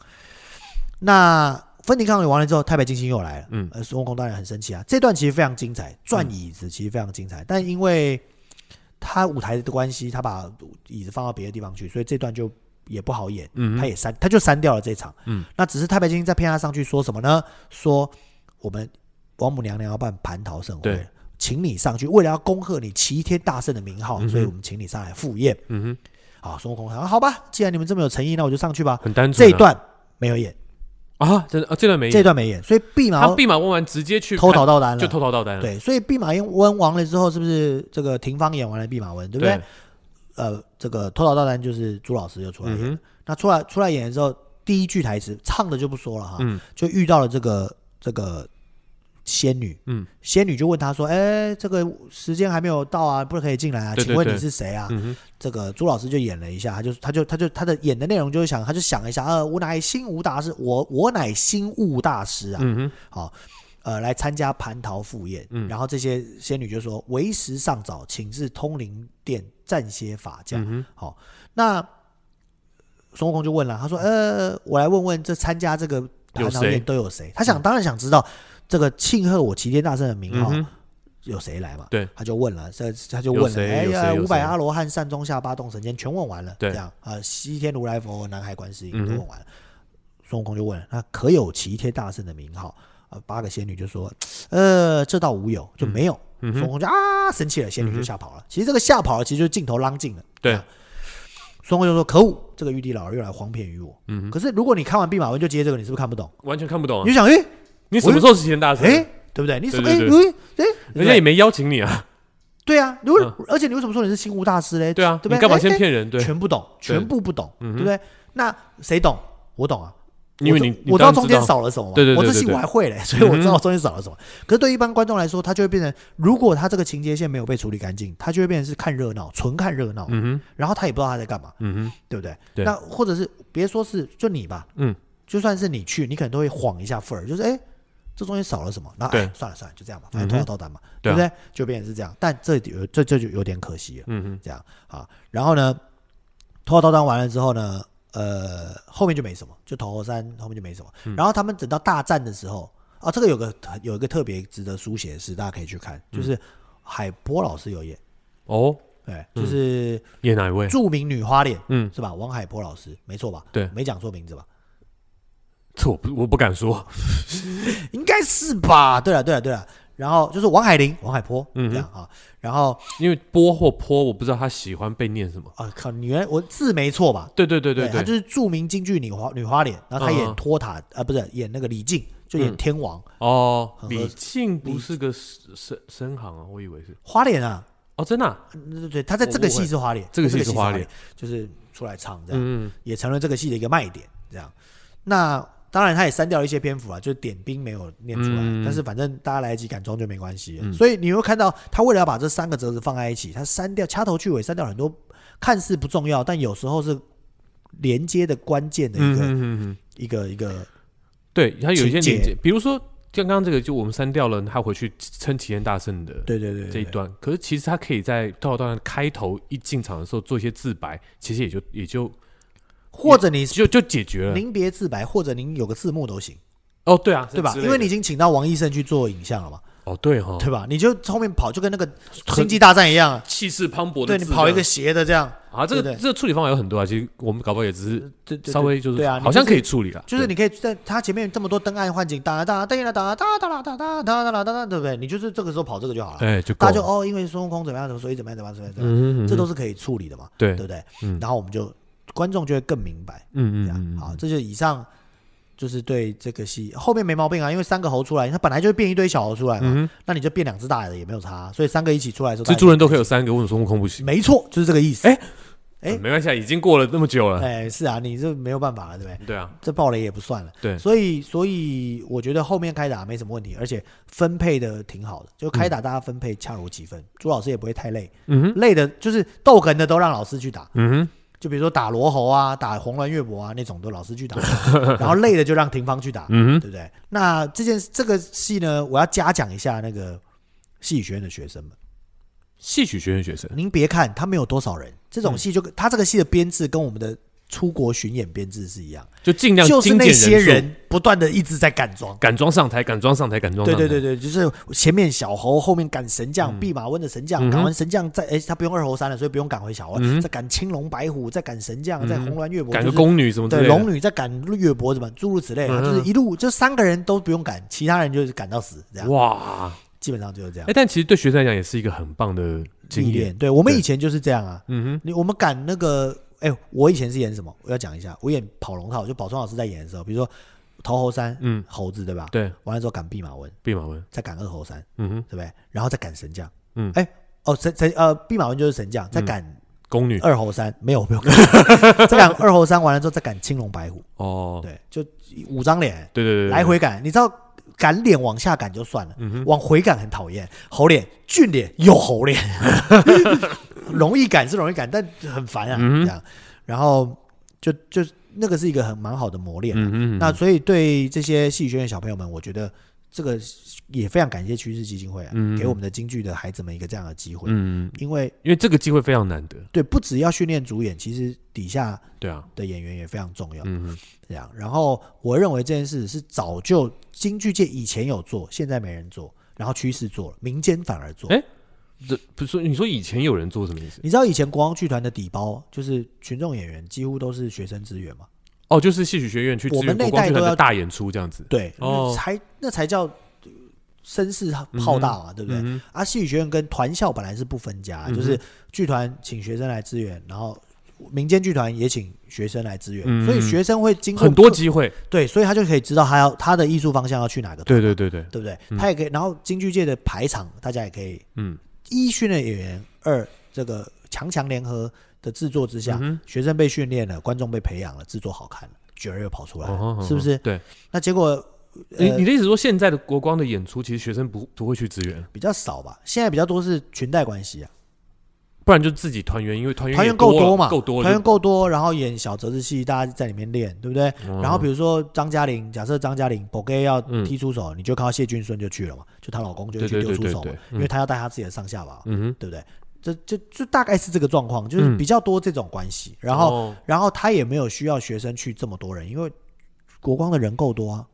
S2: 那分庭抗礼完了之后，太白金星又来了，
S1: 嗯
S2: 呃，孙悟空当然很生气啊。这段其实非常精彩，转椅子其实非常精彩，但因为他舞台的关系，他把椅子放到别的地方去，所以这段就也不好演，
S1: 嗯
S2: 他
S1: 哼，
S2: 也删，他就删掉了这场。
S1: 嗯，
S2: 那只是太白金星在骗他上去说什么呢？说我们王母娘娘要办蟠桃盛会
S1: 对。
S2: 请你上去，为了要恭贺你齐天大圣的名号，
S1: 嗯哼
S2: 所以我们请你上来赴宴。
S1: 嗯哼，
S2: 啊，孙悟空想，啊好吧，既然你们这么有诚意，那我就上去吧。
S1: 很单纯
S2: 这
S1: 啊。
S2: 一段没有演，
S1: 啊，真的啊，这段没
S2: 这一
S1: 演，
S2: 段没演，所以弼马
S1: 他
S2: 温
S1: 弼马温完直接去
S2: 偷
S1: 看
S2: 逃到单了。
S1: 就偷逃到单了，
S2: 对，所以弼马温完了之后，是不是这个廷芳演完了弼马温，对
S1: 对
S2: 不对？？呃，这个偷逃到单就是朱老师又出来演了。
S1: 嗯哼，
S2: 那出来出来演的时候，第一句台词唱的就不说了哈，
S1: 嗯
S2: 就遇到了这个这个仙女，
S1: 嗯，
S2: 仙女就问他说：“哎，这个时间还没有到啊，不可以进来啊，
S1: 对对
S2: 请问
S1: 对
S2: 你是谁啊？”
S1: 嗯哼，
S2: 这个朱老师就演了一下，他就他就他就他的演的内容就是想，他就想一下，呃，我乃心无大师，我我乃心悟大师啊，
S1: 嗯哼，
S2: 好、呃，来参加蟠桃赴宴，
S1: 嗯
S2: 然后这些仙女就说，为时尚早，请至通灵殿暂歇法驾。
S1: 嗯哼，
S2: 好、那孙悟空就问了，他说，呃，我来问问这参加这个蟠
S1: 嗯有
S2: 桃
S1: 谁
S2: 宴都有谁？他想当然想知道这个庆贺我齐天大圣的名
S1: 嗯
S2: 号。
S1: 哼，
S2: 有谁来嘛？
S1: 对，
S2: 他就问了，这他就问
S1: 有
S2: 了，
S1: 谁
S2: 哎
S1: 有谁
S2: 呀，
S1: 有
S2: 五百
S1: 谁
S2: 阿罗汉、善中下八洞神仙全问完了，
S1: 对
S2: 这样啊，西天如来佛、南海观世音
S1: 嗯哼
S2: 都问完了。孙悟空就问了，那可有齐天大圣的名号？啊，八个仙女就说，呃，这倒无有，就没有。
S1: 嗯
S2: 孙悟
S1: 哼，嗯
S2: 空就啊生气了，仙女就吓跑了。其实这个吓跑了，其实就是镜头拉近了。
S1: 对
S2: 这样孙悟空就说：“可恶，这个玉帝老儿又来诓骗于我。”
S1: 嗯哼，
S2: 可是如果你看完弼马温就接这个，你是不是看不懂？
S1: 完全看不懂
S2: 你
S1: 啊！
S2: 就想，哎
S1: 你什么时候是齐天大圣？
S2: 哎，对不对？你什么哎
S1: 对对
S2: 哎哎，
S1: 人家也没邀请你啊，
S2: 对啊，如果、而且你为什么说你是心无大师嘞？
S1: 对啊，
S2: 对
S1: 你
S2: 不对？
S1: 干嘛
S2: 哎
S1: 先
S2: 哎
S1: 骗人？对，
S2: 全不懂，
S1: 对
S2: 全部不懂，
S1: 嗯哼
S2: 对不对？那谁懂？我懂啊，
S1: 因为
S2: 我
S1: 你
S2: 知
S1: 你
S2: 我知道
S1: 当然
S2: 中间少了什么嘛，
S1: 对对对
S2: 我这
S1: 对
S2: 戏
S1: 对
S2: 我还会嘞，所以我知
S1: 嗯
S2: 道中间少了什么。可是对一般观众来说，他就会变成，如果他这个情节线没有被处理干净，他就会变成是看热闹，纯看热闹，
S1: 嗯哼，
S2: 然后他也不知道他在干嘛，
S1: 嗯哼，
S2: 对不对？
S1: 对
S2: 那或者是别说是就你吧，
S1: 嗯，
S2: 就算是你去，你可能都会晃一下份儿，就是哎。这中间少了什么？那
S1: 对
S2: 哎，算了算了，就这样吧，反正
S1: 嗯
S2: 头到
S1: 哼
S2: 到单嘛，
S1: 对
S2: 不
S1: 啊
S2: 对？就变成是这样，但这有这这就有点可惜了。
S1: 嗯哼，
S2: 这样啊。然后呢，头号刀当完了之后呢，呃，后面就没什么，就头号山后面就没什么。
S1: 嗯
S2: 然后他们等到大战的时候，啊，这个有个有一个特别值得书写的事，大家可以去看，
S1: 嗯
S2: 就是海波老师有演，
S1: 哦，
S2: 对，就是
S1: 演哪一位？
S2: 著名女花脸。
S1: 嗯，
S2: 是吧？王海波老师，没错吧？
S1: 对
S2: 没讲错名字吧？
S1: 这我不我不敢说，
S2: 应该是吧？对了，对了，对了。然后就是王海玲、王海波、
S1: 嗯哼
S2: 这样啊。然后
S1: 因为波或坡，我不知道他喜欢被念什么。
S2: 啊，靠，女人我字没错吧？
S1: 对对对
S2: 对她
S1: 对，
S2: 就是著名京剧女花女花脸，然后她演
S1: 嗯
S2: 托塔、啊，不是演那个李靖，就演天王、
S1: 哦
S2: 很，合
S1: 李靖不是个深深深行啊，我以为是。
S2: 花脸啊，
S1: 哦，真的啊、
S2: 嗯对对对，她在这个戏是花脸，
S1: 这个
S2: 戏
S1: 戏
S2: 是
S1: 是
S2: 花
S1: 花脸，
S2: 就是出来唱这样，
S1: 嗯，
S2: 也成了这个戏的一个卖点。这样，那当然她也删掉了一些篇幅啊，就是点兵没有念出来，
S1: 嗯
S2: 但是反正大家来得及赶装就没关系了、
S1: 嗯
S2: 所以你会看到她为了要把这三个折子放在一起，她删掉掐头去尾，删掉很多看似不重要，但有时候是连接的关键的
S1: 嗯
S2: 一
S1: 嗯
S2: 个、
S1: 嗯嗯，
S2: 一个一个
S1: 对，他有一些
S2: 情节
S1: 连接，比如说像刚刚这个，就我们删掉了他回去称齐天大圣的
S2: 对对对对
S1: 这一
S2: 对
S1: 段，可是其实他可以在《头号大战》开头一进场的时候做一些自白，其实也就也就
S2: 或者你
S1: 就就解决了。
S2: 临别自白，或者您有个字幕都行，
S1: 哦，对啊，
S2: 对吧？
S1: 之类的
S2: 因为你已经请到王医生去做影像了嘛，
S1: 哦，对哈、
S2: 对吧？你就后面跑，就跟那个星际大战一样啊，
S1: 气势磅礴的
S2: 对
S1: 字
S2: 你
S1: 这样，
S2: 跑一个斜的这样，
S1: 啊，这
S2: 对
S1: 个
S2: 不对
S1: 这个处理方法有很多啊，其实我们搞不好也只是
S2: 对对
S1: 稍
S2: 对
S1: 微就是
S2: 对啊，
S1: 好像可
S2: 以。
S1: 以处理了，
S2: 就是你可以在它前面这么多灯暗幻景，哒哒哒哒哒哒哒哒哒哒哒哒哒，对不对？你就是这个时候跑这个就好了。
S1: 对哎就够
S2: 大家就
S1: 了，
S2: 哦，因为孙悟空怎么样怎么，所以怎么样怎么样怎么样怎么样，
S1: 嗯
S2: 这都
S1: 是
S2: 是可以处理的嘛，
S1: 对
S2: 对，不对
S1: 嗯？
S2: 然后我们就观众就会更明白，这
S1: 嗯嗯
S2: 样
S1: 嗯，
S2: 好，这就以上就是对这个戏后面没毛病啊，因为三个猴出来，它本来就变一堆小猴出来嘛，
S1: 嗯
S2: 那你就变两只大的也没有差，所以三个一起出来的时候，
S1: 蜘蛛人都可以有三个，为什么孙悟空不行？
S2: 没错，就是这个意思。
S1: 哎
S2: 哎
S1: 啊没关系，啊，已经过了那么久了，
S2: 哎，是啊，你这没有办法了，对不对？
S1: 对啊，
S2: 这暴雷也不算了，
S1: 对
S2: 所以所以我觉得后面开打没什么问题，而且分配的挺好的，就开打大家分配恰如其分，朱老师也不会太累，
S1: 嗯哼，
S2: 累的就是斗哏的都让老师去打，
S1: 嗯哼，
S2: 就比如说打罗喉啊、打红鸾月伯啊那种，都老 师去打，然后累的就让廷芳去打，
S1: 嗯
S2: 对不对？那这件这个戏呢，我要嘉奖一下那个戏曲学院的学生们。
S1: 戏曲学院学生，
S2: 您别看他没有多少人，这
S1: 嗯
S2: 种戏就他这个戏的编制跟我们的出国巡演编制是一样，
S1: 就尽量
S2: 就是
S1: 精简
S2: 那些
S1: 人数
S2: 人不断的一直在赶装。
S1: 敢装上台，敢装上台，敢装
S2: 对
S1: 上台，
S2: 对对对，就是前面小猴，后面赶神将，弼马温的神将，
S1: 嗯哼
S2: 赶完神将再，哎，他不用二猴三了，所以不用赶回小猴，
S1: 嗯哼
S2: 再赶青龙白虎，再赶神将，再
S1: 嗯哼
S2: 红鸾月伯，
S1: 赶
S2: 就
S1: 个
S2: 是
S1: 宫女什么之类
S2: 对，
S1: 的，
S2: 龙女在赶月脖子嘛，诸如此类啊，
S1: 嗯
S2: 就是一路就三个人都不用赶，其他人就是赶到死这样，
S1: 哇，
S2: 基本上就是这样
S1: 哎，。但其实对学生来讲也是一个很棒的经
S2: 历
S1: 验，
S2: 练，对我们
S1: 对
S2: 以前就是这样啊。
S1: 嗯
S2: 你我们赶那个，哎，我以前是演什么？我要讲一下，我演跑龙套，就宝川老师在演的时候，比如说头猴山
S1: 哼，嗯，
S2: 猴子对吧？
S1: 对，
S2: 完了之后赶弼马温，
S1: 弼马温，
S2: 再赶二猴山，
S1: 嗯哼，
S2: 对不对？然后再赶神将，
S1: 嗯
S2: 哎，哦，神神呃，弼马温就是神将，再赶
S1: 宫女，
S2: 二猴山，没有没有， 再赶二猴山完了之后再赶青龙白虎，
S1: 哦，
S2: 对，就五张脸，
S1: 对对对，对
S2: 来，回赶，你知道赶脸往下赶就算了，
S1: 嗯哼
S2: 往回赶很讨厌。猴脸、俊脸又猴脸， 容易赶是容易赶，但很烦啊，
S1: 嗯哼
S2: 这样。然后就就那个是一个很蛮好的磨练啊、
S1: 嗯哼，
S2: 那所以对这些戏剧学院小朋友们，我觉得这个也非常感谢趋势基金会、啊
S1: 嗯
S2: 给我们的京剧的孩子们一个这样的机会，
S1: 嗯，
S2: 因为
S1: 因为这个机会非常难得，
S2: 对不只要训练主演，其实底下
S1: 对啊，
S2: 的演员也非常重要。
S1: 嗯哼，
S2: 这样。然后我认为这件事是早就京剧界以前有做，现在没人做，然后趋势做了，民间反而做。
S1: 哎这不是你说以前有人做什么意思？
S2: 你知道以前国王剧团的底包就是群众演员，几乎都是学生资源嘛？
S1: 哦，就是戏曲学院去支
S2: 我们
S1: 援
S2: 那
S1: 国光
S2: 代
S1: 剧
S2: 都
S1: 团
S2: 要
S1: 的大演出这样子，
S2: 对，
S1: 哦
S2: 那才那才叫呃声势浩大嘛，对不对？
S1: 嗯哼
S2: 啊，戏曲学院跟团校本来是不分家，
S1: 嗯哼
S2: 就是剧团请学生来支援，然后民间剧团也请学生来支援，
S1: 嗯
S2: 所以学生会经过
S1: 很多
S2: 各
S1: 机会，
S2: 对，所以他就可以知道他要他的艺术方向要去哪个
S1: 对对对对，
S2: 对不对？
S1: 嗯
S2: 他也可以，然后京剧界的排场，大家也可以
S1: 嗯
S2: 一训练演员，二这个强强联合的制作之下，
S1: 嗯哼
S2: 学生被训练了，观众被培养了，制作好看了，角儿又跑出来了，
S1: 哦哦
S2: 是不是？
S1: 对，
S2: 那结果
S1: 你
S2: 呃
S1: 你的意思说现在的国光的演出，其实学生不不会去支援，
S2: 比较少吧？现在比较多是群带关系啊，
S1: 不然就自己团员，因为团员
S2: 团
S1: 也
S2: 员够
S1: 多了
S2: 嘛，
S1: 够多了
S2: 团
S1: 就，
S2: 员够多，然后演小折子戏，大家在里面练，对不对？
S1: 嗯
S2: 然后比如说张嘉玲，假设张嘉玲 b o g 要
S1: 嗯
S2: 踢出手，你就看到谢君顺就去了嘛，就她老公就
S1: 对
S2: 去
S1: 对
S2: 丢
S1: 对
S2: 出
S1: 对
S2: 手嘛
S1: 对，
S2: 因为他要带他自己的上下吧，
S1: 嗯哼，
S2: 对不对？这就就大概是这个状况，就是
S1: 嗯
S2: 比较多这种关系。然后，
S1: 哦
S2: 然后他也没有需要学生去这么多人，因为国光的人够多啊，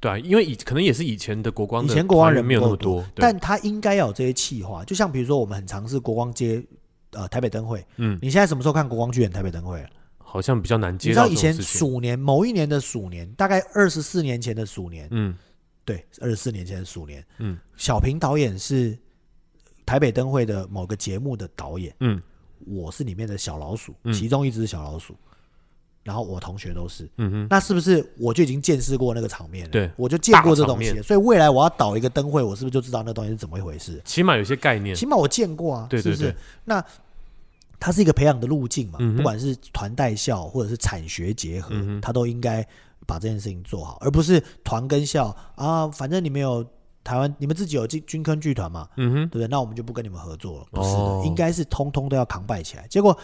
S1: 对啊，因为以可能也是以前的国光的
S2: 以前国光
S1: 团
S2: 人
S1: 员没有那
S2: 不
S1: 么
S2: 够多
S1: 多，对
S2: 但他应该要有这些企划。就像比如说，我们很尝试国光接呃台北灯会，
S1: 嗯，
S2: 你现在什么时候看国光剧演台北灯会啊了？
S1: 好像比较难
S2: 你
S1: 接
S2: 知
S1: 到
S2: 道
S1: 这
S2: 以
S1: 种
S2: 前
S1: 事情。
S2: 鼠年某一年的鼠年，大概二十四年前的鼠年，
S1: 嗯
S2: 对，二十四年前的鼠年，
S1: 嗯
S2: 小平导演是台北灯会的某个节目的导演。
S1: 嗯
S2: 我是里面的小老鼠，
S1: 嗯
S2: 其中一只小老鼠，然后我同学都是，
S1: 嗯哼，
S2: 那是不是我就已经见识过那个场面了？
S1: 对
S2: 我就见过这
S1: 大
S2: 东
S1: 场
S2: 西，
S1: 面
S2: 所以未来我要导一个灯会，我是不是就知道那东西是怎么一回事？
S1: 起码有些概念。
S2: 起码我见过啊，
S1: 对对
S2: 是不
S1: 对
S2: 是？那它是一个培养的路径嘛，
S1: 嗯哼
S2: 不管是团带校或者是产学结合，
S1: 嗯哼
S2: 它都应该把这件事情做好，而不是团跟校啊，反正你们有台湾，你们自己有军军坑剧团嘛，
S1: 嗯哼，
S2: 对不对？那我们就不跟你们合作了。不是的，
S1: 哦
S2: 应该是通通都要扛拜起来。结果，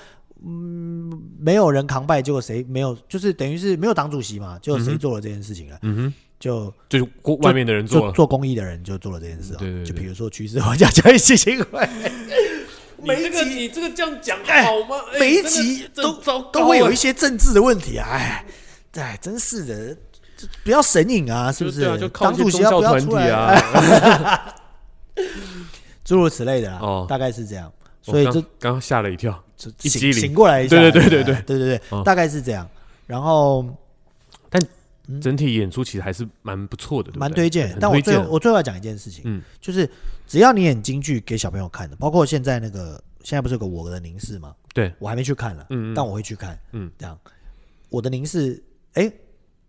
S2: 嗯，没有人扛拜，结果谁没有，就是等于是没有党主席嘛，结果谁做了这件事情了？
S1: 嗯哼，
S2: 就
S1: 就是国外面的人做
S2: 就
S1: 了。
S2: 做公益的人就做了这件事啊。
S1: 对对对
S2: 就比如说趋势国家教育基金会，每一集
S1: 你这个这样讲
S2: 哎
S1: 吗
S2: 每一集都都
S1: 啊
S2: 会有一些政治的问题啊。哎，哎，真是的，就不要神隐啊，是不是？
S1: 对啊，就靠
S2: 党
S1: 一些
S2: 主席
S1: 宗教啊
S2: 要 不
S1: 团
S2: 要出
S1: 体
S2: 来？
S1: 啊。
S2: 诸如此类的啦，啊
S1: 哦
S2: 大概是这样。所以
S1: 我
S2: 这
S1: 刚刚刚吓了一跳，
S2: 这
S1: 一
S2: 醒
S1: 激灵
S2: 醒过来一下，啊
S1: 对对对对
S2: 对对对
S1: 哦
S2: 对，大概是这样。然后嗯
S1: 整体演出其实还是蛮不错的，对不
S2: 蛮
S1: 对
S2: 推荐
S1: 很，
S2: 但我
S1: 推
S2: 最
S1: 荐啊
S2: 后我最后要讲一件事情，
S1: 嗯
S2: 就是只要你演京剧给小朋友看的，包括现在那个现在不是有个《我的凝视》吗？
S1: 对，
S2: 我还没去看了，
S1: 嗯嗯
S2: 但我会去看，
S1: 嗯
S2: 嗯，这样，《我的凝视》哎，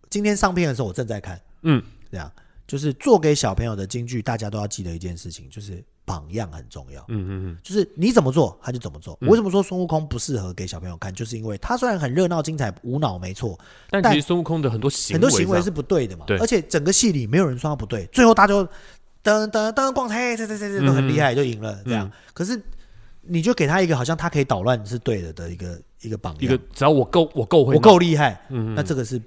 S2: 今天上片的时候我正在看，
S1: 嗯，
S2: 这样就是做给小朋友的京剧，大家都要记得一件事情，就是榜样很重要。
S1: 嗯嗯嗯，
S2: 就是你怎么做，他就怎么做。我为什么说孙悟空不适合给小朋友看？就是因为他虽然很热闹精彩，无脑没错，
S1: 但
S2: 但
S1: 其实孙悟空的很多行啊
S2: 很多行为
S1: 上
S2: 是不对的嘛
S1: 对。
S2: 而且整个戏里没有人说他不对，最后大家就噔噔噔逛嘿，这这这这都
S1: 嗯
S2: 很厉害，就赢了这样。可是你就给他一个好像他可以捣乱是对的的一个一个榜
S1: 一个
S2: 样，
S1: 只要我够我够会闹，
S2: 我够厉害，
S1: 嗯嗯
S2: 那这个是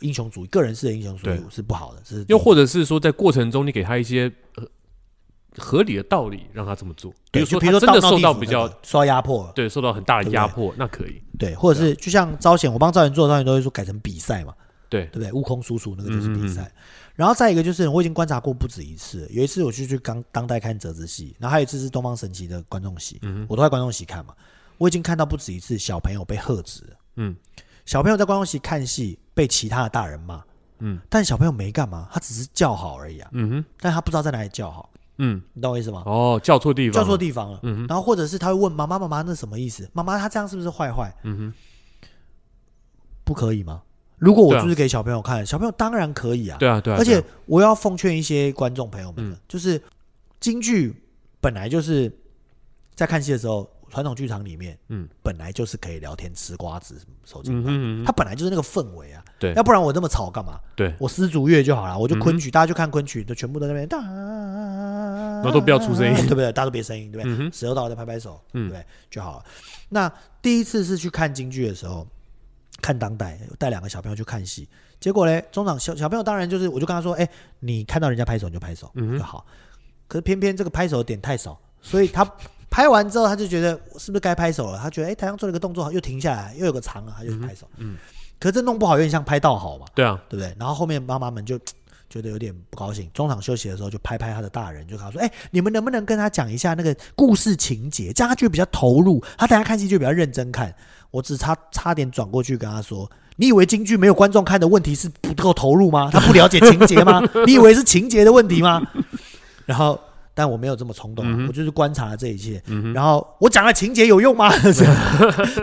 S2: 英雄主义，个人式的英雄主义
S1: 对
S2: 是不好的，是
S1: 又或者是说在过程中你给他一些呃合理的道理让他这么做，比
S2: 对
S1: 如
S2: 就
S1: 说
S2: 比
S1: 他
S2: 如说
S1: 真的
S2: 闹
S1: 受
S2: 地
S1: 到
S2: 主
S1: 比
S2: 那
S1: 较
S2: 个受到压迫了，
S1: 对受到很大的
S2: 对不
S1: 压
S2: 对
S1: 迫，那可以
S2: 对，或者是就像招贤，我帮招贤做，招贤都会说改成比赛嘛，
S1: 对嗯
S2: 对不对？悟空叔叔那个就是比赛。然后再一个就是，我已经观察过不止一次了，有一次我去去刚当代看折子戏，然后还有一次是东方神起的观众
S1: 嗯
S2: 席，我都在观众席看嘛，我已经看到不止一次小朋友被喝止了，
S1: 嗯
S2: 小朋友在观众席看戏被其他的大人骂，
S1: 嗯，
S2: 但小朋友没干嘛，他只是叫好而已啊，
S1: 嗯哼
S2: 但他不知道在哪里叫好，
S1: 嗯
S2: 你懂我意思吗？
S1: 哦叫错地方
S2: 叫
S1: 了，嗯
S2: 错地方了，然后或者是他会问妈妈妈妈那什么意思？妈妈他这样是不是坏坏？
S1: 嗯
S2: 不可以吗？如果我
S1: 对啊
S2: 就是给小朋友看，小朋友当然可以啊
S1: 哼。对啊对啊，
S2: 而
S1: 对啊嗯
S2: 且我要奉劝一些观众朋友们，就是京剧本来就是在看戏的时候，传统剧场里面，
S1: 嗯
S2: 嗯，本来就是可以聊天、吃瓜子、手机，
S1: 嗯哼嗯哼
S2: 它本来就是那个氛围啊。
S1: 对
S2: 要不然我那么吵干嘛？
S1: 对，嗯
S2: 我丝竹乐就好了，我就昆曲，大家就看昆曲，都全部都在那边，然
S1: 后都不要出声音
S2: 对不对？大家都别声音，对不
S1: 嗯哼
S2: 对？石头到在拍拍手，对
S1: 嗯
S2: 不对？就好了。那第一次是去看京剧的时候，看当代，带两个小朋友去看戏，结果嘞，中场小小朋友当然就是，我就跟他说，哎，你看到人家拍手你就拍手，
S1: 嗯
S2: 就好。可是偏偏这个拍手的点太少，所以他。拍完之后，他就觉得是不是该拍手了？他觉得哎、台上做了一个动作，又停下来，又有个长了，他就去拍手。嗯，可是这弄不好有点像拍倒好嘛。
S1: 对啊
S2: 对不对？然后后面妈妈们就觉得有点不高兴，中场休息的时候就拍拍他的大人，就跟他说：“哎、你们能不能跟他讲一下那个故事情节？这样他就会比较投入，他等下看戏就比较认真看。”我只差差点转过去跟他说：“你以为京剧没有观众看的问题是不够投 入吗？他不了解情节吗？你以为是情节的问题吗？”然后。但我没有这么冲
S1: 嗯
S2: 动啊、我就是观察了这一切。然后我讲了情节有用吗？ 是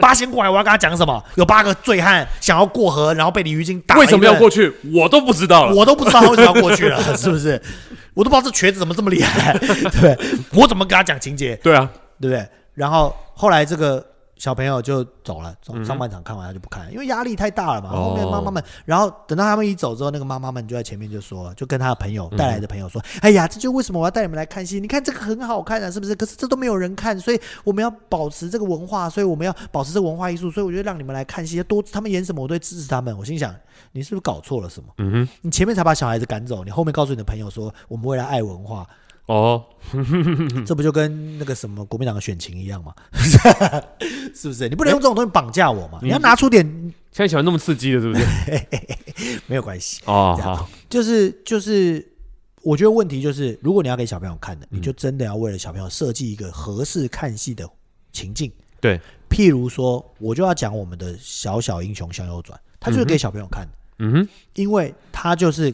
S2: 八仙过海，我要跟他讲什么？有八个醉汉想要过河，然后被鲤鱼精打。
S1: 为什么要过？去我都不知道了，
S2: 我都不知道他为什么要过去了， 是不是？我都不知道这瘸子怎么这么厉害， 对不对？我怎么跟他讲情节，
S1: 对啊
S2: 对不对？然后后来这个小朋友就走了，从上半场看完他就不看了，因为压力太大了嘛。
S1: 嗯哦
S2: 后面妈妈们，然后等到他们一走之后，那个妈妈们就在前面就说，就跟他的朋友带来的朋友说：“哎呀，这就为什么我要带你们来看戏？你看这个很好看啊，是不是？可是这都没有人看，所以我们要保持这个文化，所以我们要保持这个文化艺术，所以我就让你们来看戏，多他们演什么我都会支持他们。”我心想，你是不是搞错了什么？
S1: 嗯哼
S2: 你前面才把小孩子赶走，你后面告诉你的朋友说我们为了爱文化，
S1: 哦
S2: 这不就跟那个什么国民党的选情一样吗？ 是不是？你不能用这种东西绑架我嘛？你要拿出点
S1: 现在喜欢那么刺激的是不是？
S2: 没有关系，
S1: 哦
S2: 这样
S1: 好
S2: 就是就是，我觉得问题就是，如果你要给小朋友看的，你就真的要为了小朋友设计一个合适看戏的情境。
S1: 对
S2: 譬如说，我就要讲我们的《小小英雄向右转》，它就是给小朋友看的，
S1: 嗯哼
S2: 因为它就是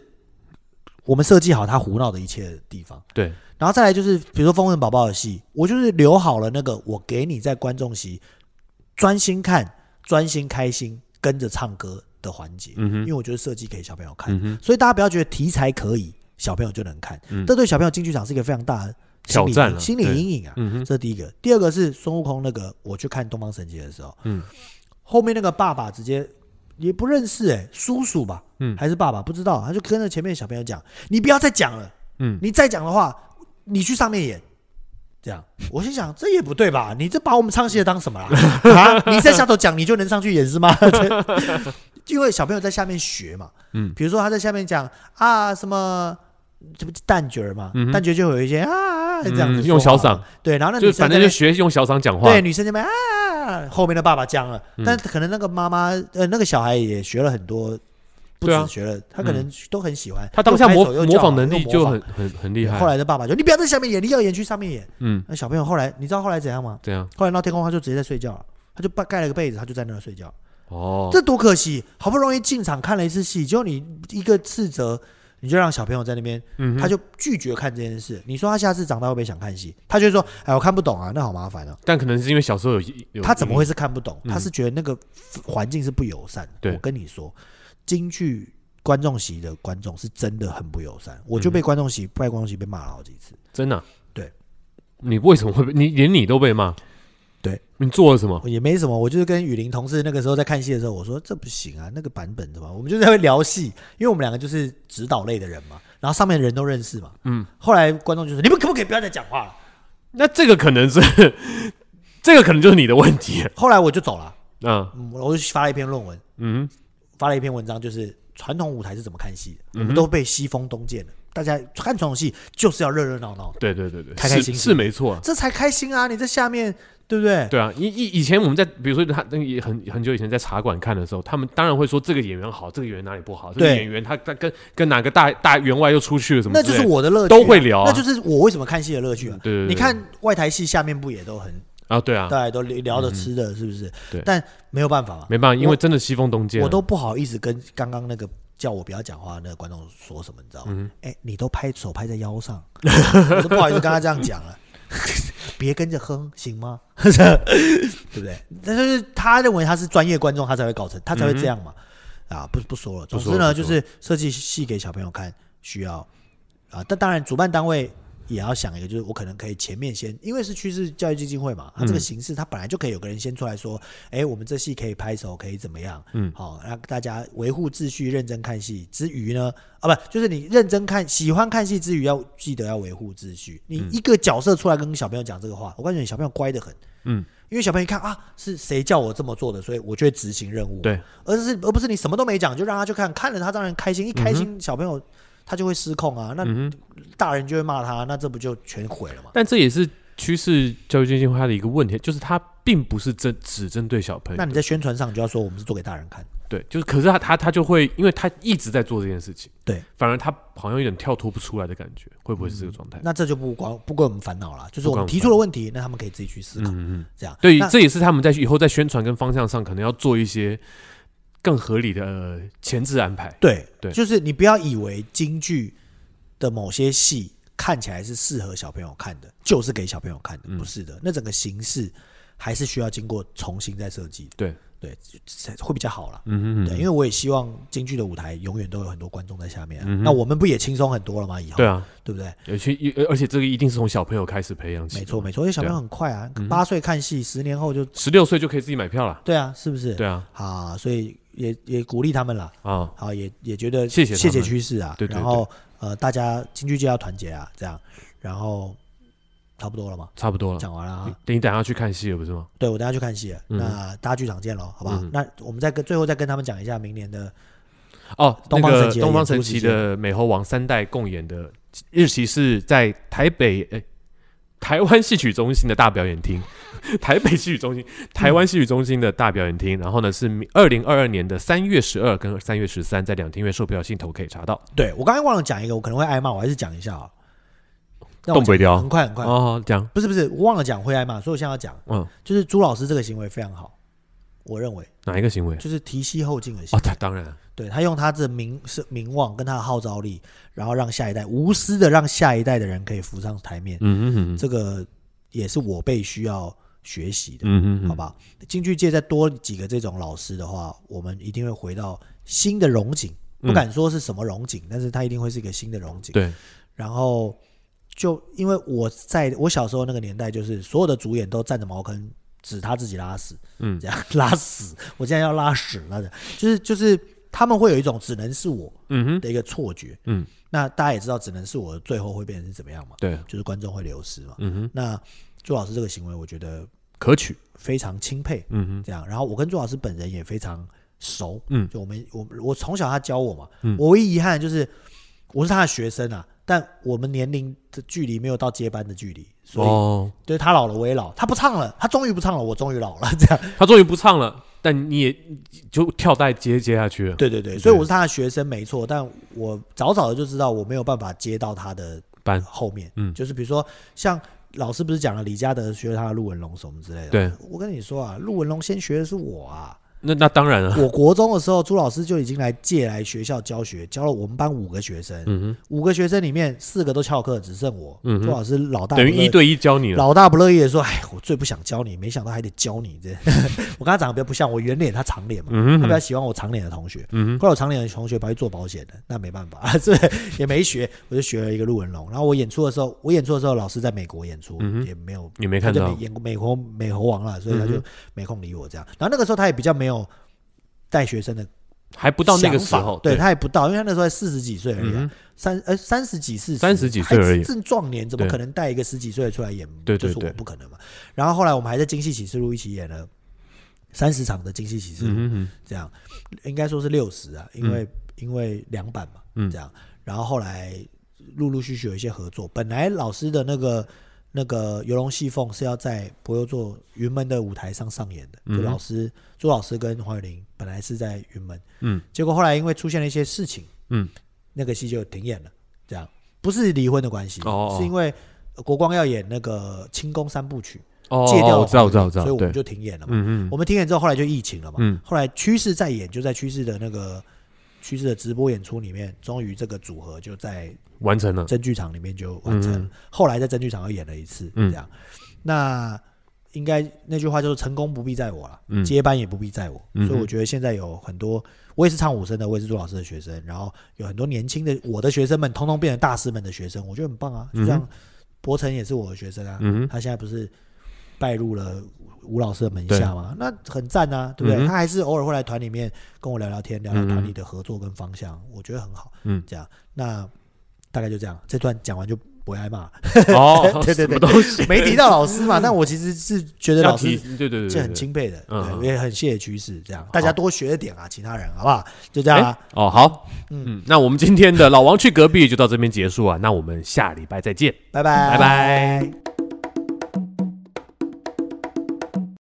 S2: 我们设计好他胡闹的一切地方。
S1: 对
S2: 然后再来就是，比如说《封神宝宝》的戏，我就是留好了那个，我给你在观众席专心看、专心开心、跟着唱歌的环节，
S1: 嗯
S2: 因
S1: 哼
S2: 为我觉得设计给小朋友看，
S1: 嗯哼
S2: 所以大家不要觉得题材可以，小朋友就能看，
S1: 嗯
S2: 这对小朋友进剧场是一个非常大的心
S1: 挑
S2: 理
S1: 战啊
S2: 心理
S1: 对
S2: 阴影啊。
S1: 嗯哼
S2: 这是第一个，第二个是孙悟空那个，我去看《东方神起》的时候，
S1: 嗯，
S2: 后面那个爸爸直接也不认识、欸，叔叔吧，
S1: 嗯
S2: 还是爸爸，不知道，他就跟着前面小朋友讲，你不要再讲了，
S1: 嗯
S2: 你再讲的话，你去上面演。这样，我心想，这也不对吧？你这把我们唱戏的当什么啦？ 啊，你在下头讲，你就能上去演是吗？ 这因为小朋友在下面学嘛，
S1: 嗯
S2: 比如说他在下面讲啊什么，这不是旦角儿嘛，旦角就会有一些啊这样子、
S1: 嗯用小嗓，
S2: 对，然后那
S1: 就
S2: 女生
S1: 反
S2: 在
S1: 正
S2: 那
S1: 就学用小嗓讲话，
S2: 对，女生那边
S1: 嗯
S2: 啊，后面的爸爸僵了，但可能那个妈妈呃，那个小孩也学了很多不
S1: 对啊
S2: 止学了，他可能都很喜欢。
S1: 他当下
S2: 又拍
S1: 模
S2: 手又
S1: 模
S2: 叫
S1: 仿
S2: 好
S1: 能力
S2: 又模
S1: 就
S2: 仿
S1: 很很很厉害。
S2: 后来的爸爸就你不要在下面演，你要演去上面演。
S1: 嗯，
S2: 那小朋友后来你知道后来怎样吗？
S1: 这样
S2: 后来闹天空，他就直接在睡觉了，他就盖盖了个被子，他就在那儿睡觉。
S1: 哦，
S2: 这多可惜！好不容易进场看了一次戏，结果你一个斥责，你就让小朋友在那边，
S1: 嗯哼
S2: 他就拒绝看这件事。你说他下次长大会不会想看戏？他就会说：“哎，我看不懂啊，那好麻烦哦。
S1: 但可能是因为小时候有”有
S2: 他怎么会是看不懂？
S1: 嗯
S2: 他是觉得那个环境是不友善的。
S1: 对
S2: 我跟你说，京剧观众席的观众是真的很不友善，我就被
S1: 嗯
S2: 观众席、被观众席被骂了好几次。
S1: 真的啊、
S2: 对，
S1: 你为什么会被你连你都被骂？
S2: 对，
S1: 你做了什么？
S2: 也没什么，我就是跟雨林同事那个时候在看戏的时候，我说这不行啊，那个版本怎么？我们就在那边聊戏，因为我们两个就是指导类的人嘛，然后上面的人都认识嘛。
S1: 嗯，
S2: 后来观众就说：“你们可不可以不要再讲话了
S1: 那这个可能是 这个可能就是你的问题。？”
S2: 后来我就走了，
S1: 嗯
S2: 嗯我就发了一篇论文，
S1: 嗯
S2: 发了一篇文章，就是传统舞台是怎么看戏的，
S1: 嗯
S2: 我
S1: 哼
S2: 们都被西风东渐了。大家看传统戏就是要热热闹闹
S1: 哼，，对对对对，
S2: 开开心心
S1: 是是没错啊。
S2: 这才开心啊！你在下面，对不对？
S1: 对啊，以以以前我们在比如说他那个也很很久以前在茶馆看的时候，他们当然会说这个演员好，这个演员哪里不好，这个
S2: 对
S1: 演员他他跟跟哪个大大员外又出去了什么
S2: 那
S1: 之
S2: 就
S1: 类
S2: 是
S1: 的，
S2: 我的乐趣啊、
S1: 都会聊啊
S2: 那就是我为什么看戏的乐趣啊。
S1: 对对对
S2: 你看呃外台戏下面不也都很
S1: 啊对啊，
S2: 大家都聊聊着吃的，是不是？
S1: 对
S2: 但没有办法嘛，
S1: 没办法，因为真的西风东渐了，啊
S2: 我都不好意思跟刚刚那个叫我不要讲话的那个观众说什么，你知道
S1: 嗯
S2: 吗？哎、你都拍手拍在腰上，我都不好意思跟他这样讲了。 别跟着哼，行吗？ 对不对？但是他认为他是专业观众，他才会搞成，他才会这样嘛。啊，不不说了。
S1: 嗯不
S2: 总
S1: 说
S2: 之
S1: 了
S2: 呢，
S1: 不
S2: 就
S1: 说
S2: 是设计戏给小朋友看，需要啊，但当然主办单位也要想一个，就是我可能可以前面先，因为是趋势教育基金会嘛，
S1: 嗯
S2: 它这个形式它本来就可以有个人先出来说，哎、我们这戏可以拍手，可以怎么样，
S1: 嗯
S2: 好、让大家维护秩序，认真看戏之余呢，啊，不，就是你认真看，喜欢看戏之余要记得要维护秩序。
S1: 嗯
S2: 你一个角色出来跟小朋友讲这个话，我告诉你，小朋友乖得很，
S1: 嗯，
S2: 因为小朋友一看啊，是谁叫我这么做的，所以我就会执行任务，
S1: 对，
S2: 而是而不是你什么都没讲就让他去看，看了他当然开心，一开心小朋友他就会失控啊，那
S1: 嗯嗯哼。
S2: 大人就会骂他，那这不就全毁了吗？
S1: 但这也是趋势教育基金会它的一个问题，就是它并不是针只针对小朋
S2: 那
S1: 友，
S2: 你在宣传上你就要说我们是做给大人看，
S1: 对，就是可是他他他就会，因为他一直在做这件事情，
S2: 对，
S1: 反而他好像有点跳脱不出来的感觉，会不会是这个状态？
S2: 那这就不关不归我们烦恼了，就是
S1: 哎不关我
S2: 我们
S1: 们
S2: 提出了问题，那他们可以自己去思考，
S1: 嗯嗯，
S2: 这样
S1: 对，
S2: 那
S1: 这也是他们在以后在宣传跟方向上可能要做一些更合理的呃前置安排。
S2: 对
S1: 对
S2: 就是你不要以为京剧的某些戏看起来是适合小朋友看的，就是给小朋友看
S1: 嗯
S2: 的，不是的，那整个形式还是需要经过重新再设计的，
S1: 对，
S2: 对，才会比较好啦。
S1: 嗯嗯
S2: 对，因
S1: 嗯，
S2: 为我也希望京剧的舞台永远都有很多观众在下面啊、那我们不也轻松很多了吗？以后
S1: 嗯对啊，
S2: 对不对？
S1: 而且而且这个一定是从小朋友开始培养起，
S2: 没错，，没错，因为小朋友很快啊
S1: 嗯，
S2: 八岁看戏，十年后就
S1: 十六岁就可以自己买票了。
S2: 对啊，是不是？
S1: 对啊，
S2: 啊，所以也也鼓励他们啦，
S1: 啊，
S2: 好，也也觉得
S1: 谢谢他们
S2: 谢谢趋势啊，
S1: 对对
S2: 然后呃，大家京剧界要团结啊，这样，然后差不多了嘛，
S1: 差不多了。
S2: 讲完了
S1: 你
S2: 啊，
S1: 你等一下去看戏了不是吗？
S2: 对我等下去看戏了，
S1: 嗯
S2: 那大家剧场见喽，好不好
S1: 嗯？
S2: 那我们再跟最后再跟他们讲一下明年的
S1: 哦，那
S2: 东方
S1: 个
S2: 神起的
S1: 东方
S2: 演出
S1: 神
S2: 时
S1: 起
S2: 间
S1: 的美猴王三代共演的日期是在台北诶、台湾戏曲中心的大表演厅，台北戏曲中心，台湾戏曲中心的大表演厅。然后呢是二零二二年的三月十二跟三月十三，在两厅院售票系统可以查到。
S2: 对我刚才忘了讲一个，我可能会挨骂，我还是讲一下啊。那我
S1: 东北雕
S2: 讲很快很快，
S1: 哦，这样，
S2: 不是不是，我忘了讲会挨骂，所以我现在要讲，
S1: 嗯，
S2: 就是朱老师这个行为非常好，我认为
S1: 哪一个行为？
S2: 就是提膝后进的
S1: 哦，
S2: 行为，
S1: 他当然，
S2: 对他用他的名是名望跟他的号召力，然后让下一代无私的让下一代的人可以浮上台面，
S1: 嗯嗯嗯
S2: 这个也是我辈需要学习的，
S1: 嗯嗯
S2: 好，吧？京剧界再多几个这种老师的话，我们一定会回到新的荣景，不敢说是什么荣景，但是它一定会是一个新的荣景。
S1: 嗯对，
S2: 然后就因为我在我小时候那个年代，就是所有的主演都站着茅坑指他自己拉屎，
S1: 嗯
S2: 这样拉屎， 我现在要拉屎了的，就是就是他们会有一种只能是我
S1: 嗯哼，
S2: 的一个错觉，
S1: 嗯，
S2: 那大家也知道只能是我最后会变成是怎么样嘛，
S1: 对，
S2: 就是观众会流失嘛，
S1: 嗯哼，
S2: 那朱老师这个行为我觉得
S1: 可取，
S2: 非常钦佩，
S1: 嗯哼，
S2: 这样，然后我跟朱老师本人也非常熟，
S1: 嗯
S2: 就我们我我从小他教我嘛，
S1: 嗯
S2: 我唯一遗憾就是我是他的学生啊，但我们年龄的距离没有到接班的距离，所以
S1: 哦，
S2: 就是他老了我也老，他不唱了，他终于不唱了，我终于老了，这样
S1: 他终于不唱了，但你也就跳带接接下去了。
S2: 对对对，所以我是他的学生没错，但我早早的就知道我没有办法接到他的
S1: 班
S2: 后面，
S1: 嗯
S2: 就是比如说像老师不是讲了李嘉德学他的陆文龙什么之类的，
S1: 对，
S2: 我跟你说啊，陆文龙先学的是我啊，
S1: 那那当然了，
S2: 我国中的时候朱老师就已经来借来学校教学，教了我们班五个学生，
S1: 嗯
S2: 五个学生里面四个都翘课，只剩我，
S1: 嗯哼
S2: 朱老师老
S1: 哼，
S2: 大
S1: 等于
S2: 不乐
S1: 一对一教你了。
S2: 老大不乐意的说：“哎，我最不想教你，没想到还得教你。这 我跟他长得比较不像，我圆脸，他长脸嘛，
S1: 嗯
S2: 他
S1: 哼，
S2: 比较喜欢我长脸的同学。
S1: 嗯哼，
S2: 后来我长脸的同学跑去做保险的，那没办法， 这也没学，我就学了一个陆文龙。然后我演出的时候，我演出的时候，老师在美国演出，
S1: 嗯哼
S2: 也没有
S1: 你没
S2: 他
S1: 看
S2: 就
S1: 到，
S2: 演过美国美猴王了，所以他
S1: 嗯
S2: 就
S1: 哼
S2: 没空理我这样。然后那个时候他也比较没有带学生的
S1: 还不到那个时
S2: 想法
S1: 候，
S2: 对，他也不到，因为他那时候才四十几岁而已啊、
S1: 嗯哼，
S2: 三呃三十几四
S1: 30几岁而已
S2: 还正壮年，怎么
S1: 对
S2: 可能带一个十几岁的出来演？
S1: 对对
S2: 就是
S1: 对
S2: 我不可能嘛。然后后来我们还在《京戏启示录》一起演了三十场的《京戏启示录》
S1: 嗯哼哼，
S2: 这样应该说是六十啊，因为、因为两版嘛，
S1: 嗯
S2: 这样。然后后来陆陆续续有一些合作，本来老师的那个。那个游龙戏凤是要在博优座云门的舞台上上演的，
S1: 嗯哼
S2: 就老师朱老师跟黄雨玲本来是在云门，
S1: 嗯
S2: 结果后来因为出现了一些事情，
S1: 嗯，
S2: 那个戏就停演了。这样不是离婚的关系，
S1: 哦哦
S2: 是因为呃国光要演那个清宫三部曲，
S1: 哦，
S2: 戒掉
S1: 哦我知道，我知道，我知
S2: 所以
S1: 道，
S2: 我
S1: 对
S2: 们，就停演了嘛。
S1: 嗯嗯
S2: 我们停演之后，后来就疫情了嘛。
S1: 嗯
S2: 后来趋势再演，就在趋势的那个趋势的直播演出里面，终于这个组合就在
S1: 完成了，
S2: 真剧场里面就完成了。
S1: 嗯
S2: 后来在真剧场又演了一次，
S1: 嗯
S2: 这样。那应该那句话就是成功不必在我了，
S1: 嗯
S2: 接班也不必在我。
S1: 嗯哼
S2: 所以我觉得现在有很多，我也是唱武生的，我也是朱老师的学生，然后有很多年轻的我的学生们，通通变成大师们的学生，我觉得很棒啊。就像博成也是我的学生啊，
S1: 嗯哼，
S2: 他现在不是拜入了吴老师的门下嘛，那很赞啊，对不对？
S1: 嗯哼
S2: 他还是偶尔会来团里面跟我聊聊天，聊聊
S1: 嗯哼
S2: 团里的合作跟方向，我觉得很好。
S1: 嗯，
S2: 这样，那大概就这样，这段讲完就不会挨骂，
S1: 哦，
S2: 对对
S1: 什
S2: 对
S1: 么东西，
S2: 没提到老师嘛，但我其实是觉得
S1: 要
S2: 老
S1: 提，
S2: 师
S1: 对对对，
S2: 是很
S1: 清。
S2: 钦佩的，
S1: 嗯
S2: 对，也很谢谢趋势，这样大家多学点啊，其他人好不好？就这样
S1: 哎
S2: 啊，，
S1: 哦，好，嗯，那我们今天的老王去隔壁就到这边结束啊，那我们下礼拜再见。
S2: 拜
S1: 拜
S2: 拜，
S1: 拜。